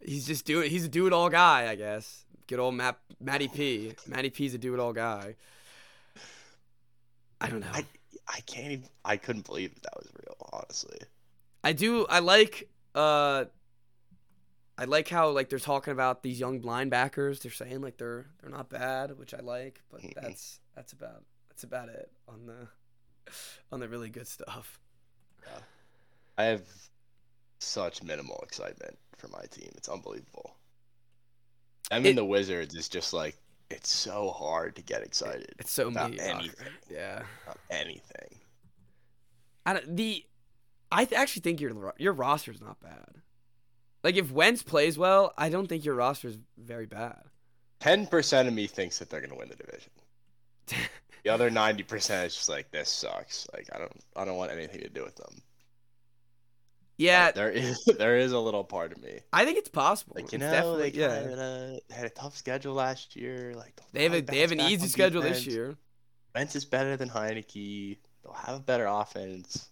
he's just doing he's a do it all guy I guess good old Matt Matty P Matty P's a do it all guy I don't know
I can't even. I couldn't believe that, that was real. Honestly,
I do. I like. Uh, I like how like they're talking about these young linebackers. They're saying like they're they're not bad, which I like. But
Mhm.
that's that's about that's about it on the (laughs) on the really good stuff.
I have such minimal excitement for my team. It's unbelievable. I mean,
It-
the Wizards is just like it's so hard to get excited
It's so
About
mediocre.
anything.
Yeah.
about anything.
I don't, the I th- actually think your your roster's not bad. Like if Wentz plays well, I don't think your roster's very bad.
Ten percent of me thinks that they're gonna win the
(laughs)
division. The other ninety percent is just like this sucks. Like I don't, I don't want anything to do with them.
yeah,
But there is, (laughs) there is a little part of me
I think it's possible.
like you
It's
know
definitely-
they kinda had a tough schedule last year. Like they'll
They have a,
probably
they have an
bounce back
easy
on
schedule this
defense.
year,
Wentz is better than Heineke. They'll have a better offense.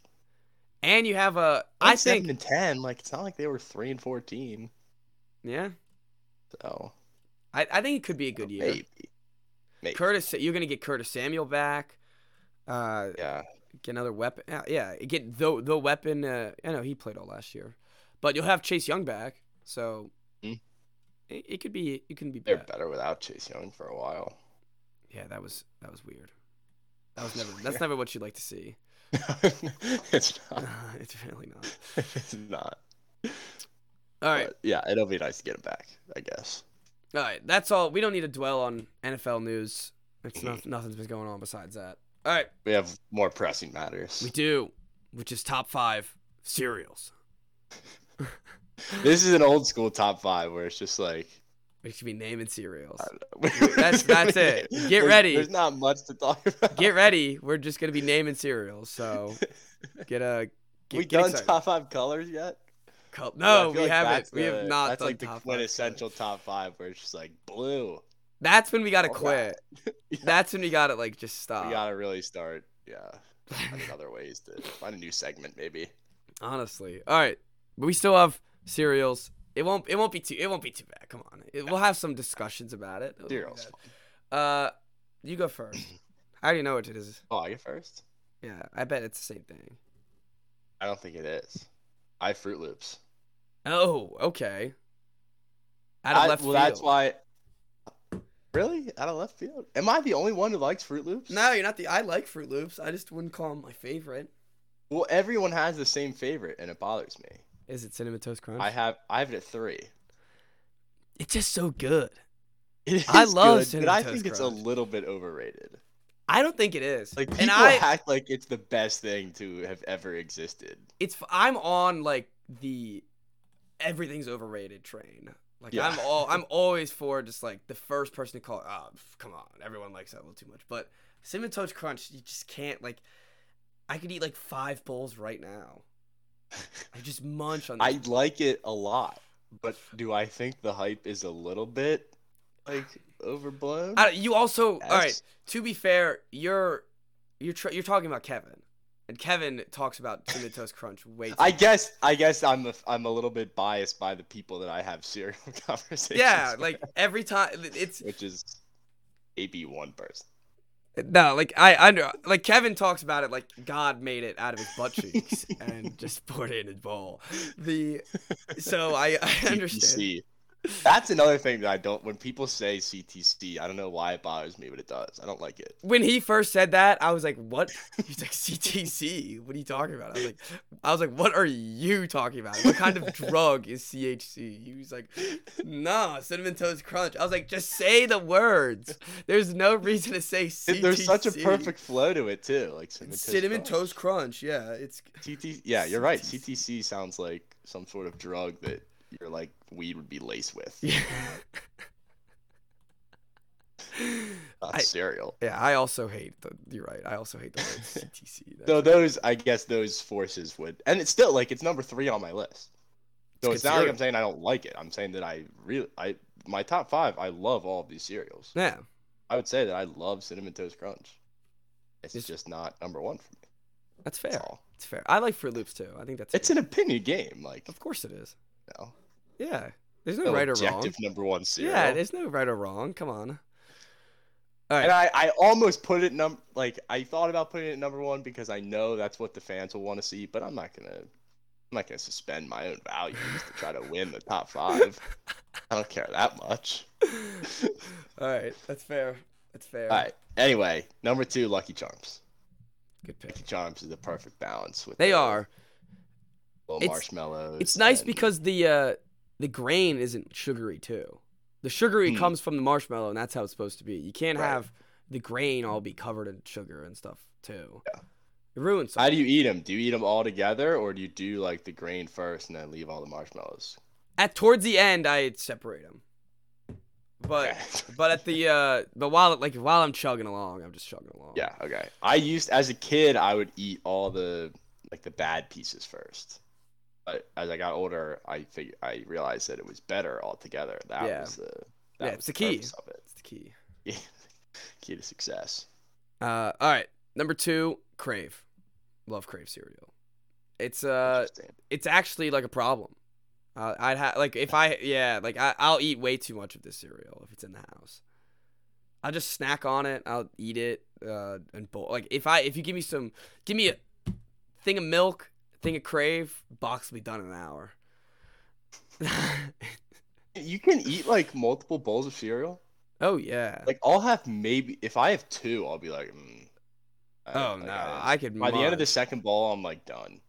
and you have a. I
Like, seven
think
and ten. Like it's not like they were three and fourteen.
yeah,
So oh,
I, I think it could be a good year.
maybe. Maybe.
Curtis, you're gonna get Curtis Samuel back. Uh,
yeah.
get another weapon. uh, yeah, get the the weapon. Uh, I know he played all last year, but you'll have Chase Young back. So
Hmm.
it, it could be it can be
They're
bad.
better without Chase Young for a while.
Yeah, that was that was weird. That
(laughs)
was never that's never what you'd like to see.
(laughs)
(laughs)
it's not.
it's really not.
It's not.
All right.
But yeah, it'll be nice to get him back, I guess.
All right, that's all. We don't need to dwell on NFL news.
Mm.
It's not, nothing's been going on besides that. All right,
We have more pressing matters.
we do, which is top five cereals.
(laughs) This is an old school top five where it's just like
It should be naming cereals.
I don't know.
That's- that's
(laughs)
it. Get ready.
There's not much to talk (laughs) about.
Get ready, we're just gonna be naming cereals. So get a get,
we
get
done
excited.
top five colors yet?
Col-
Yeah, I
No,
feel
we
like
haven't.
that's
We have
the-
not
That's
done
like the
top five
quintessential
cereals.
top five where it's just like blue.
That's when we gotta
All
quit.
(laughs) right. Yeah.
That's when we gotta like just stop. (laughs)
we gotta really start. Yeah, finding other ways to find a new segment maybe.
Honestly, all right, but we still have cereals. It won't. It won't be too. It won't be too bad. Come on, It- we'll have some discussions about it. It won't be
Cereals.
bad. Uh, you go first. I already know what it is.
Oh, I get first.
Yeah, I bet it's the same thing.
I don't think it is. I Fruit Loops.
Oh, okay. Out of
I-
left
well,
field.
that's why. Really? Out of left field? Am I the only one who likes Fruit Loops?
No, you're not the. I like Fruit Loops. I just wouldn't call them my favorite.
Well, everyone has the same favorite, and it bothers me.
Is it cinnamon toast crunch?
I have I have it at three. (laughs)
it's just so good.
It is
I love
good,
Cinnamon
but I
Toast
think it's a
Crunch.
little bit overrated.
I don't think it is.
Like people
and I,
act like it's the best thing to have ever existed.
it's. I'm on like the everything's overrated train. Like
Yeah.
I'm all. I'm always for just like the first person to call. it, Oh, pff, come on, everyone likes that a little too much. But cinnamon toast crunch, you just can't like. I could eat like five bowls right now.
(laughs)
I just munch on.
I
these-
like it a lot, but do I think the hype is a little bit like overblown?
I, you also all right.
Yes.
To be fair, you're you're tr- you're talking about Kevin, and Kevin talks about cinnamon toast crunch way. Too
I guess I guess I'm a, I'm a little bit biased by the people that I have (laughs) serial conversations.
yeah,
with,
like every time it's
which is maybe one person.
no, like I under like Kevin talks about it like God made it out of his butt
(laughs)
cheeks and just poured it in his bowl. The so I, I understand.
CTC. That's another thing that I don't. When people say CTC, I don't know why it bothers me, but it does. I don't like it.
When he first said that, I was like, "What?" He's like, "CTC? What are you talking about?" I was like, "I was like, what are you talking about? What kind
(laughs)
of drug is CHC?" He was like, No, cinnamon toast crunch. I was like, just say the words. There's no reason to say CTC.
There's such a perfect flow to it too, like cinnamon,
cinnamon
crunch.
toast crunch. Yeah,
(laughs)
it's
CT, yeah, you're right.
CTC.
CTC sounds like some sort of drug that your like weed would be laced with.
yeah.
Not
I-
cereal.
yeah, I also hate the. You're right. I also hate the word CTC. That's
So those, I guess, those forces would, and it's still like it's number three on my list. So
good
it's, not like
cereal.
I'm saying I don't like it. I'm saying that I really, I my top five, I love all of these cereals.
yeah,
I would say that I love cinnamon toast crunch. It's
It's-
just not number one for me.
that's
That's
fair.
all.
It's fair. I like Fruit Loops too. I think that's.
It's
fair.
an opinion game, like
Of course it is.
you know,
Yeah. There's no,
no
right or wrong.
objective number one cereal.
Yeah, there's no right or wrong. Come
(laughs)
on. All right.
And I, I almost put it num like I thought about putting it at number one because I know that's what the fans will want to see, but I'm not gonna I'm not gonna suspend my own values to try to win the top five. I don't care that much.
All right, that's fair. That's fair.
All right. Anyway, number two, Lucky Charms.
Good pick.
Lucky Charms is the perfect balance with
They
the
are.
little
It's-
marshmallows.
It's nice
and-
because the uh, the grain isn't sugary too. The sugary
Hmm.
comes from the marshmallow, and that's how it's supposed to be. You can't
Right.
have the grain all be covered in sugar and stuff too. It ruins.
how
something.
do you eat them? Do you eat them all together, or do you do like the grain first and then leave all the marshmallows?
At towards the end, I separate them. But
(laughs)
but at the uh, but while like while I'm chugging along, I'm just chugging along.
Yeah, okay. I used as a kid I would eat all the like the bad pieces first. But as I got older, I fig- I realized that it was better altogether. That
Yeah.
was the that
Yeah,
was
it's the key.
purpose of it.
that's the key.
Key to success.
Uh, all right, number two, crave. Love crave cereal. It's uh,
Interesting.
it's actually like a problem. Uh, I'd have like if I yeah like I I'll eat way too much of this cereal if it's in the house. I'll just snack on it. I'll eat it uh, and bowl. Like if I if you give me some give me a thing of milk, thing of crave, box will be done in an hour.
You can eat like multiple bowls of cereal.
(laughs) Oh yeah.
Like I'll have maybe if I have two, I'll be like, mm, I-
oh
like,
no,
I-
I could.
by the end of
munch.
the second bowl, I'm like done.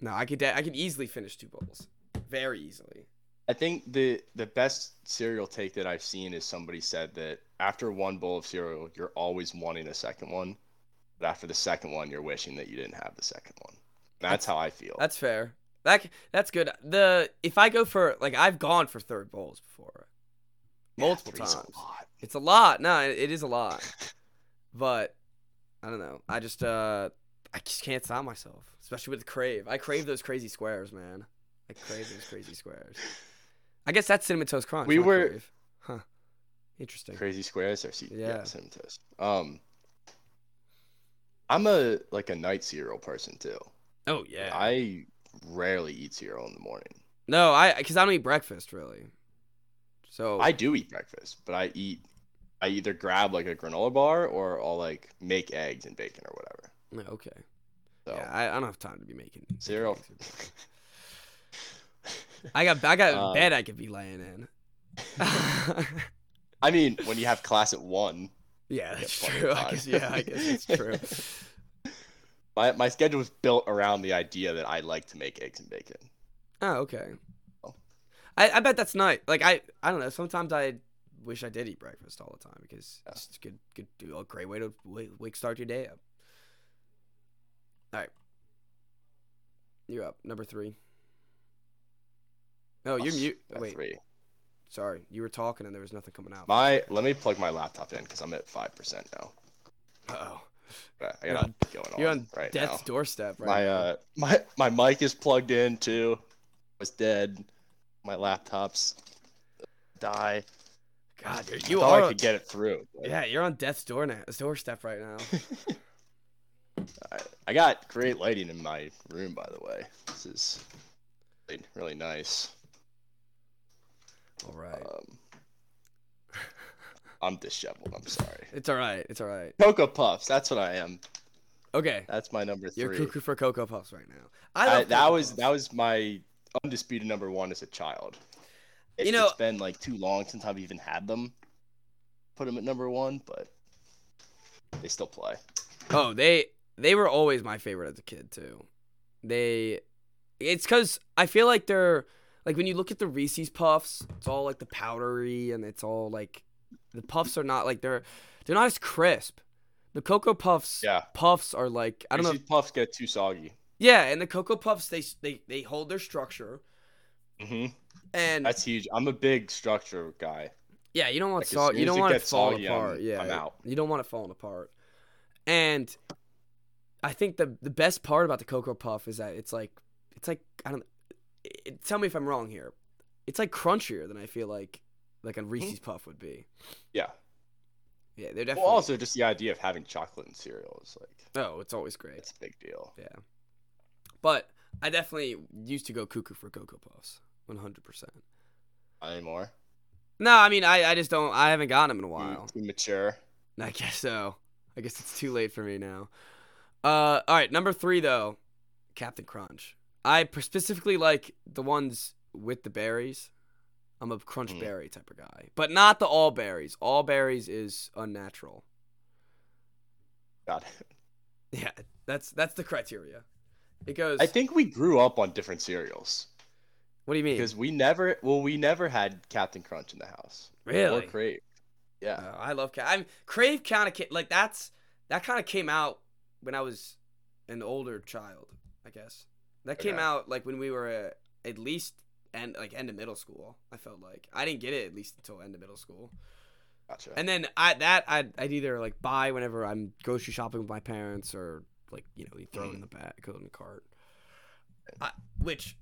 no, I could. de- I could easily finish two bowls, very easily.
I think the the best cereal take that I've seen is somebody said that after one bowl of cereal, you're always wanting a second one, but after the second one, you're wishing that you didn't have the second one.
That's-
That's, how I feel.
That's fair. That c- that's good. The if I go for like I've gone for third bowls before.
Yeah,
multiple
three's a
times.
lot.
It's a lot. No, it, it is a
(laughs)
lot. but I don't know. I just uh I just can't stop myself, especially with crave. I crave those crazy squares, man. I crave those crazy squares. I guess that's cinnamon toast crunch.
We
not
were-
Crave. huh? Interesting.
Crazy squares are yeah,
Yeah.
yeah cinnamon toast. Um, I'm a like a night cereal person too.
Oh yeah.
I rarely eat cereal in the morning.
no, I because I don't eat breakfast really. So
I do eat breakfast, but I eat. I either grab like a granola bar or I'll like make eggs and bacon or whatever.
No, okay.
So
Yeah, I, I don't have time to be making
cereal.
I got I got a
Uh,
bed I could be laying
(laughs)
in.
I mean, when you have class at one,
yeah, that's
plenty of
true. I
time.
guess, yeah, I guess it's true.
my my schedule was built around the idea that I like to make eggs and bacon.
(laughs) Oh, okay.
Oh.
I, I bet that's nice. Like I I don't know. Sometimes I wish I did eat breakfast all the time because
Yeah.
it's good good a great way to wake, wake start your day up. All right, you're up number three. No, Oh, you're
Us,
mute.
at
Wait,
three.
sorry, you were talking and there was nothing coming out.
My let me plug my laptop in because I'm at five percent now.
Oh,
But I
You're
got
on-
it going on.
you're on
right now.
death's doorstep. Right
My
now.
uh (laughs) my my mic is plugged in too. It's dead. My laptop's die.
God,
I
dude, you
thought
are.
I could get it through. but
yeah, you're on death's door now, doorstep right
(laughs)
now.
I got great lighting in my room, by the way. This is really- really nice.
all right,
Um, I'm disheveled. I'm sorry.
it's all right. It's all right.
Cocoa Puffs. That's what I am.
Okay,
That's my number
you're
3
cuckoo for cocoa puffs right now. I
I-
love
that
Cocoa
was
Puffs.
that was my undisputed number one as a child. It,
You know-
it's been like too long since I've even had them. Put them at number one, but they still play.
Oh, they they were always my favorite as a kid too. They it's cuz I feel like they're like when you look at the Reese's puffs, it's all like the powdery and it's all like the puffs are not like they're they're not as crisp. The cocoa puffs
Yeah,
puffs are like I don't know.
Reese's Puffs get too soggy.
Yeah, and the cocoa puffs they they they hold their structure
hmm
and
That's huge. I'm a big structure guy.
Yeah, you don't want
Like, as
salt.
soon
You
as
don't
it
want it
gets
falling
soggy, I'm-
apart. yeah,
I'm out.
you don't want it falling apart. And I think the the best part about the cocoa puff is that it's like it's like I don't. It, tell me if I'm wrong here. It's like crunchier than I feel like like a Reese's puff would be.
Yeah.
Yeah, they're definitely.
Hmm? Well, also just the idea of having chocolate and cereal is like
oh, it's always great.
it's a big deal.
But I definitely used to go cuckoo for cocoa puffs. One hundred percent.
Not anymore.
No, I mean I I just don't. I haven't gotten them in a
Too-
while.
Too mature.
I guess so. I guess it's too late for me now. Uh, all right, number three though, Captain Crunch. I per- specifically like the ones with the berries. I'm a crunch
Mm.
berry type of guy, but not the all berries. All berries is unnatural. (laughs)
Got it.
Yeah, that's that's the criteria. It goes.
I think we grew up on different cereals.
what do you mean?
Because we never, well, we never had Captain Crunch in the house.
really?
Or Crave. Yeah.
Oh, I love Crave. I'm Crave kind of like that's that kind of came out when I was an older child, I guess. That came
Okay.
out like when we were uh, at least end like end of middle school. I felt like I didn't get it at least until end of middle school,
Gotcha. (laughs)
and then I that I'd, I'd either like buy whenever I'm grocery shopping with my parents or like you know you throw it in the bag, go in the cart. I, which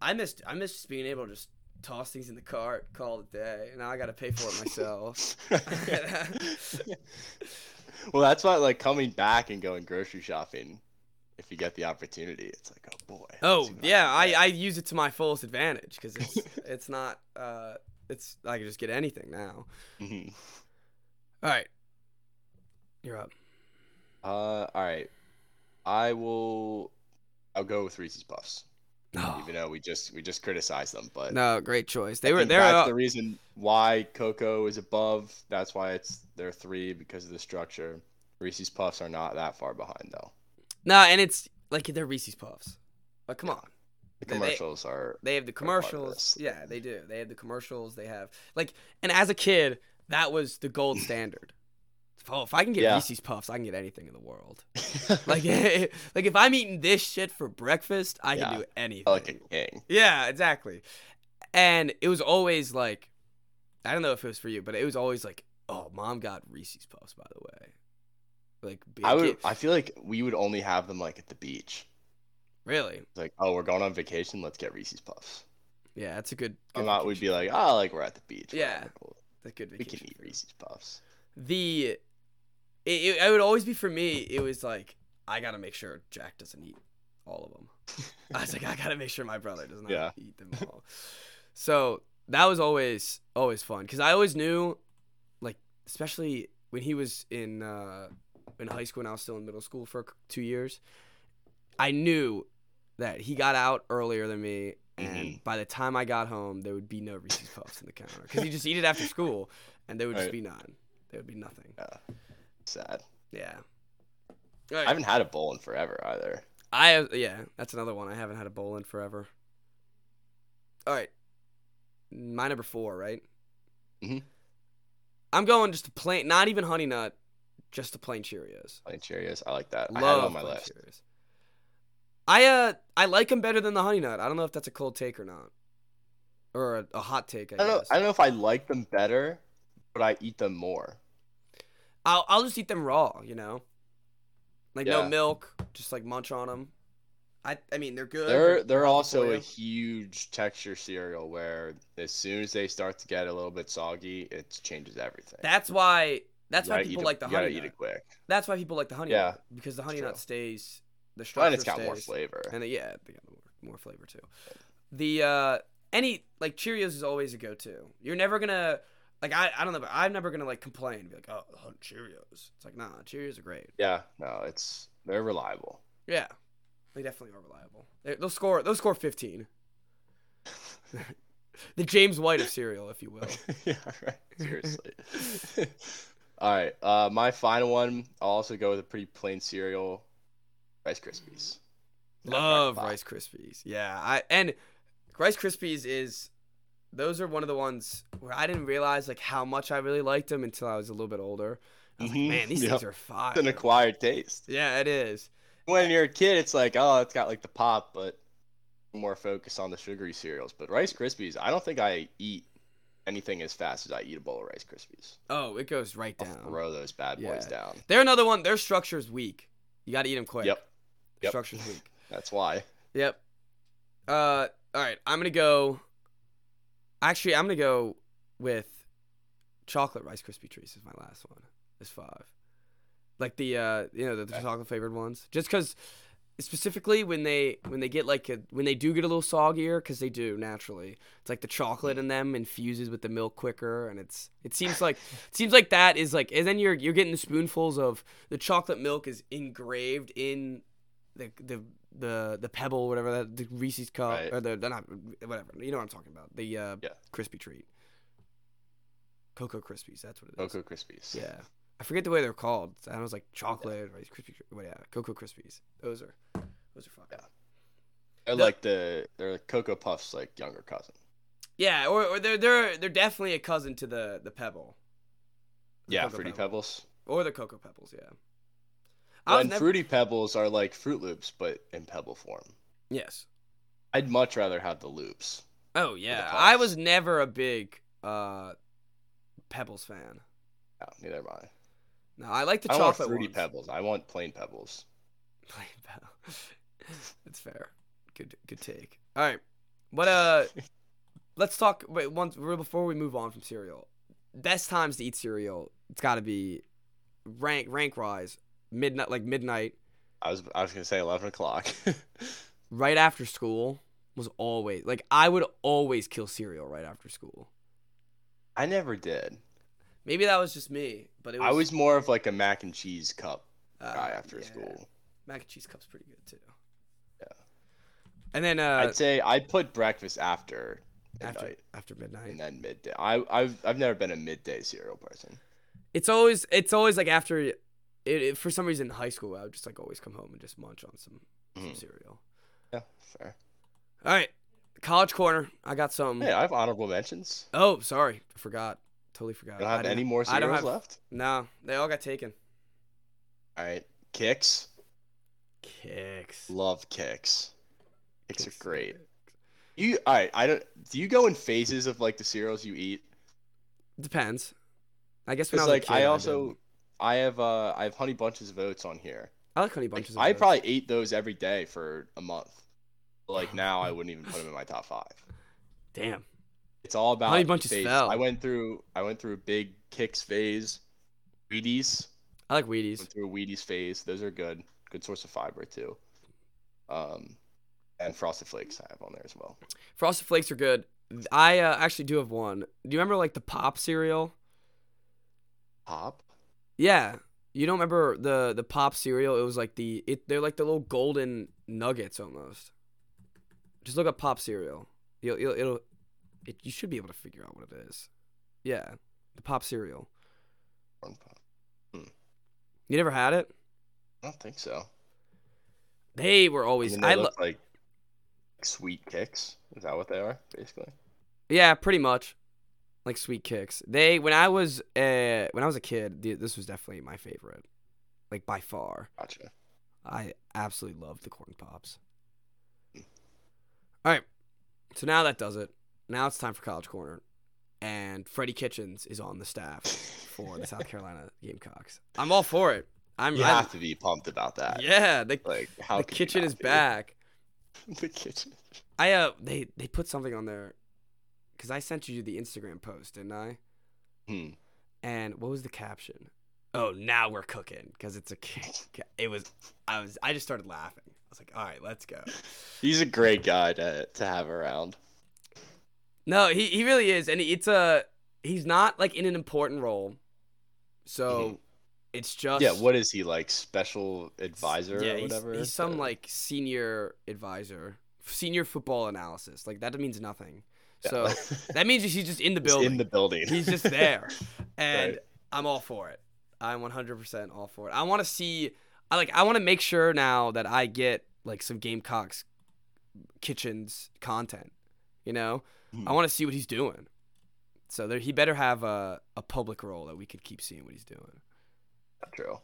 I missed. I missed being able to just toss things in the cart, call it a day. Now I got to pay for it myself.
well, that's why, like, coming back and going grocery shopping, if you get the opportunity, it's like, oh boy. let's
Oh
see what
yeah, I,
can
I use it to my fullest advantage because it's
(laughs)
it's not uh it's I can just get anything now.
get." Mhm.
All right, you're up.
Uh, all right. I will. I'll go with Reese's Puffs.
Oh,
even though we just we just criticized them. But
no, great choice. They
I
were
think
they're
that's
uh,
the reason why Coco is above. That's why it's their three because of the structure. Reese's Puffs are not that far behind though.
nah, and it's like they're Reese's Puffs. Like, come on.
The
They- they-
commercials are (laughs)
They have the
part of
commercials.
this.
Yeah, they do. They have the commercials. They have like, and as a kid, that was the
(clears throat)
gold standard. Oh, if I can get
Yeah.
Reese's Puffs, I can get anything in the world. Like, (laughs) like if I'm eating this shit for breakfast, I
Yeah.
can do anything.
(laughs) like a king.
Yeah, exactly. And it was always like, I don't know if it was for you, but it was always like, oh, mom got Reese's Puffs, by the way. Like, big
I would.
kid-
I feel like we would only have them like at the beach.
really?
It's like, oh, we're going on vacation. Let's get Reese's Puffs.
Yeah, that's a good.
Or
good
not, we'd be like, oh, like we're at the beach.
Yeah.
whatever, cool.
That's good
we can
vacation.
eat
for you.
Reese's Puffs.
The, it, it, it would always be for me. It was like I gotta make sure Jack doesn't eat all of them.
(laughs)
I was like, I gotta make sure my brother does not
Yeah.
eat them all. So that was always always fun because I always knew, like especially when he was in uh, in high school and I was still in middle school for c- two years, I knew that he got out earlier than me.
Mm-hmm.
And by the time I got home, there would be no Reese's Puffs on the counter because he just eat it after school, and there would just
Right.
be none. There would be nothing.
Sad.
Yeah.
I haven't had a bowl in forever either.
I have, yeah, that's another one. I haven't had a bowl in forever. All right, my number four, right?
Mhm.
I'm going just a plain, not even honey nut, just the plain Cheerios.
Plain Cheerios. I like that.
Love
I had it on my
plain
list.
Cheerios. I uh, I like them better than the honey nut. I don't know if that's a cold take or not, or a, a hot take. I,
I don't know.
guess.
I don't know if I like them better, but I eat them more.
I'll I'll just eat them raw, you know, like no
Yeah.
milk, just like munch on them. I I mean they're good.
They're they're also
for
a
you.
huge texture cereal where as soon as they start to get a little bit soggy, it changes everything.
That's why. That's
You
why
gotta eat
people
it-
like the
you gotta
honey
eat
nut.
it quick.
That's why people like the honey
Yeah,
nut because the honey
true.
nut stays the structure
And it's got
stays,
more flavor.
and it- yeah, they got more, more flavor too. The uh any like Cheerios is always a go-to. You're never gonna like I, I don't know, but I'm never gonna like complain and be like oh oh, Cheerios. It's like nah, Cheerios are great.
Yeah, no, it's
(laughs)
they're reliable.
Yeah, they definitely are reliable. They, they'll score they'll score 15. (laughs) the James White of cereal, if you will.
(laughs) yeah, right. Seriously. All right. Uh, my final one. I'll also go with a pretty plain cereal, Rice Krispies.
(laughs) Love
Wow.
Rice Krispies. Yeah, I and Rice Krispies is those are one of the ones where I didn't realize like how much I really liked them until I was a little bit older. I was
Mhm,
like, man, these
yeah.
things are fire.
It's an acquired taste.
yeah, it is.
When you're a kid, it's like, oh, it's got like the pop, but more focus on the sugary cereals. But Rice Krispies, I don't think I eat anything as fast as I eat a bowl of Rice Krispies.
Oh, it goes right
I'll
down.
throw those bad boys
Yeah.
down.
They're another one. Their structure's weak. You got to eat them quick.
Yep.
Their
Yep.
Structure's weak.
That's why.
Yep. Uh, all right. I'm gonna go. Actually, I'm gonna go with chocolate Rice Krispie treats. Is my last one. Is five. Like the uh, you know, the, the
Okay.
chocolate flavored ones. Just because, specifically when they when they get like a, when they do get a little soggier, because they do naturally. It's like the chocolate in them infuses with the milk quicker, and it's it seems like it seems like that is like, and then you're you're getting the spoonfuls of the chocolate milk is engraved in the the the the pebble whatever that the Reese's cup
Right.
or the they're not whatever you know what I'm talking about the uh,
Yeah.
crispy treat cocoa krispies that's what it is
Cocoa Krispies.
yeah I forget the way they're called I was like chocolate or crispy what yeah cocoa krispies those are those are fun yeah,
Yeah. They're
No.
like the they're like Cocoa Puffs, like younger cousin.
or, or they're they're they're definitely a cousin to the the pebble The
Yeah,
Cocoa
Fruity
Pebble.
Pebbles.
or the cocoa pebbles yeah I
Well,
was
and
never
Fruity Pebbles are like Fruit Loops, but in pebble form.
yes
I'd much rather have the loops.
Oh yeah,
Puffs.
I was never a big uh, Pebbles fan.
No, Oh, neither am I.
No, I like the
I don't want
chocolate
Fruity
ones.
Pebbles. I want plain Pebbles.
(laughs) Plain Pebbles. That's fair. Good, good take. All right, what
(laughs)
uh, let's talk. Wait, once real- before we move on from cereal, best times to eat cereal. It's got to be rank rank wise midnight, like midnight,
I was I was gonna say eleven o'clock. (laughs)
right after school was always like I would always kill cereal right after school.
I never did.
Maybe that was just me, but it was,
I was more of like a mac and cheese cup
uh,
guy after
yeah.
school.
Mac and cheese cup's pretty good too.
Yeah.
And then uh,
I'd say I put breakfast after midnight
after after midnight,
and then midday. I I've I've never been a midday cereal person.
it's always it's always like after it, it for some reason in high school I would just like always come home and just munch on some, some
Mhm.
cereal.
Yeah, fair.
All right, college corner. I got some.
Hey, I have honorable mentions.
Oh, sorry, I forgot. Totally forgot.
I don't have
didn't-
any more
I
cereals
don't have-
left.
No, they all got taken.
All right, kicks.
Kicks.
Love kicks. Kicks are
Kicks.
great. You all right? I don't. Do you go in phases of like the cereals you eat?
Depends. I guess when I
Because
was
like
a kid,
I
did.
also I, have uh I have honey bunches of oats on here.
I like honey
Like,
bunches. of
I
Oats.
probably ate those every day for a month. Like now I wouldn't even put them in my top five.
damn.
It's all about
Honey Bunches
phases.
fell.
I went through I went through a big kicks phase, Wheaties.
I like Wheaties.
Went through a Wheaties phase. Those are good. Good source of fiber too. Um, and Frosted Flakes I have on there as well.
Frosted Flakes are good. I uh, actually do have one. Do you remember like the pop cereal?
Pop.
Yeah. You don't remember the the pop cereal? It was like the it they're like the little golden nuggets almost. Just look up pop cereal. You'll, you'll it'll it, you should be able to figure out what it is. Yeah, the pop cereal.
Corn pop.
You never had it?
I don't think so.
They were always
Even though
I
they
lo-
look like sweet kicks. Is that what they are basically?
Yeah, pretty much. Like sweet kicks. They when I was uh when I was a kid, th- this was definitely my favorite. Like by far,
Gotcha.
I absolutely loved the corn pops. All right. So now that does it. Now it's time for college corner. And Freddie Kitchens is on the staff for the South
(laughs)
Carolina Gamecocks. I'm all for it. I'm
You
I,
have to be pumped about that.
Yeah, the,
Like how
the
could you
kitchen
not
is
be?
back.
(laughs) the kitchen.
I uh they they put something on there cuz I sent you the Instagram post, didn't I?
Hmm.
and what was the caption? Oh, now we're cooking because it's a ca- It was, I was, I just started laughing. I was like, all right, let's go.
He's a great guy to to have around.
No, he he really is, and it's a he's not like in an important role, so it's just
Mm-hmm. Yeah, what is he like? Special advisor
yeah,
or
he's-
whatever?
He's, some
Uh,
like senior advisor, senior football analysis. Like that means nothing.
yeah. (laughs)
So that means he's just in the
He's
building.
in the building. (laughs)
He's just there, and
Right.
I'm all for it. I'm 100% all for it. I want to see. I like. I want to make sure now that I get like some Gamecocks kitchens content. You know, I
Mhm.
want to see what he's doing. So there, he better have a, a public role that we could keep seeing what he's doing.
Not True.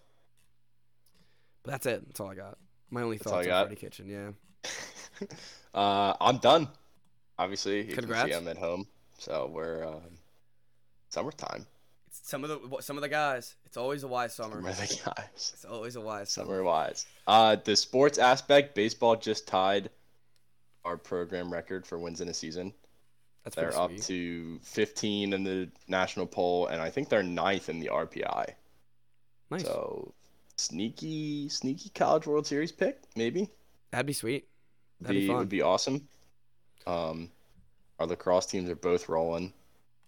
(laughs)
But that's it. That's all I got. My only
That's all
thoughts
you
on
got?
Freddy Kitchen. Yeah.
Uh, I'm done. Obviously, you can
Congrats.
see I'm at home, so we're um, summertime. (laughs)
It's some of the some of the guys. It's always a wise summer.
Summer the guys.
It's always a wise summer.
Summer wise. Uh, the sports aspect, baseball just tied our program record for wins in a season.
That's pretty
They're up
sweet.
to 15 in the national poll, and I think they're ninth in the RPI.
nice.
So sneaky, sneaky college World Series pick, maybe.
That'd be sweet. That'd be
be,
fun.
would be awesome. Um, our lacrosse teams are both rolling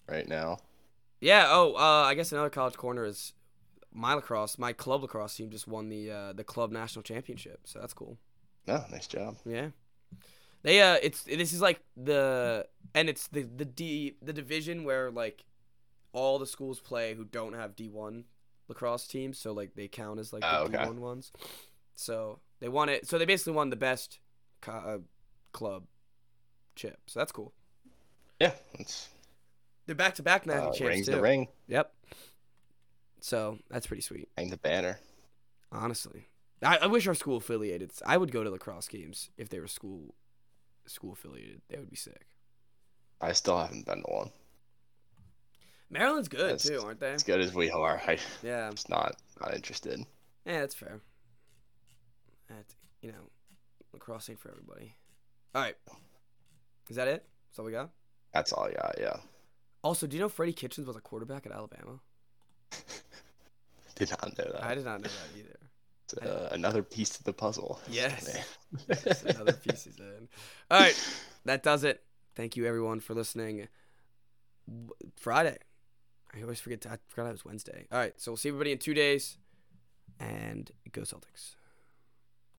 right now.
Yeah. Oh, uh, I guess another college corner is my lacrosse. My club lacrosse team just won the uh, the club national championship, so that's cool.
No, nice job.
Yeah. They uh, it's this is like the and it's the the D the division where like all the schools play who don't have D one lacrosse teams, so like they count as like the
Oh, okay.
D one ones. So they won it. So they basically won the best co- uh, club chip. So that's cool.
Yeah, it's
They're back to back
uh,
national
rings
champs
the
too.
ring,
Yep. So that's pretty sweet.
hang the banner.
Honestly, I, I wish our school affiliated. I would go to lacrosse games if they were school school affiliated. They would be sick.
I still haven't been to one.
Maryland's good
That's-
too, aren't they?
As good as we are, (laughs) I
Yeah,
just not not interested.
yeah, that's fair. That's you know, lacrosse ain't for everybody. All right, is that it? That's all we got.
That's all I got. Yeah,
Also, do you know Freddie Kitchens was a quarterback at Alabama?
did not know that.
I did not know that either.
It's, uh, another piece to the puzzle.
Yes.
(laughs)
(laughs) Just another piece is in. All right, that does it. Thank you everyone for listening. W- Friday. I always forget. To, I forgot it was Wednesday. All right, so we'll see everybody in two days, and go Celtics.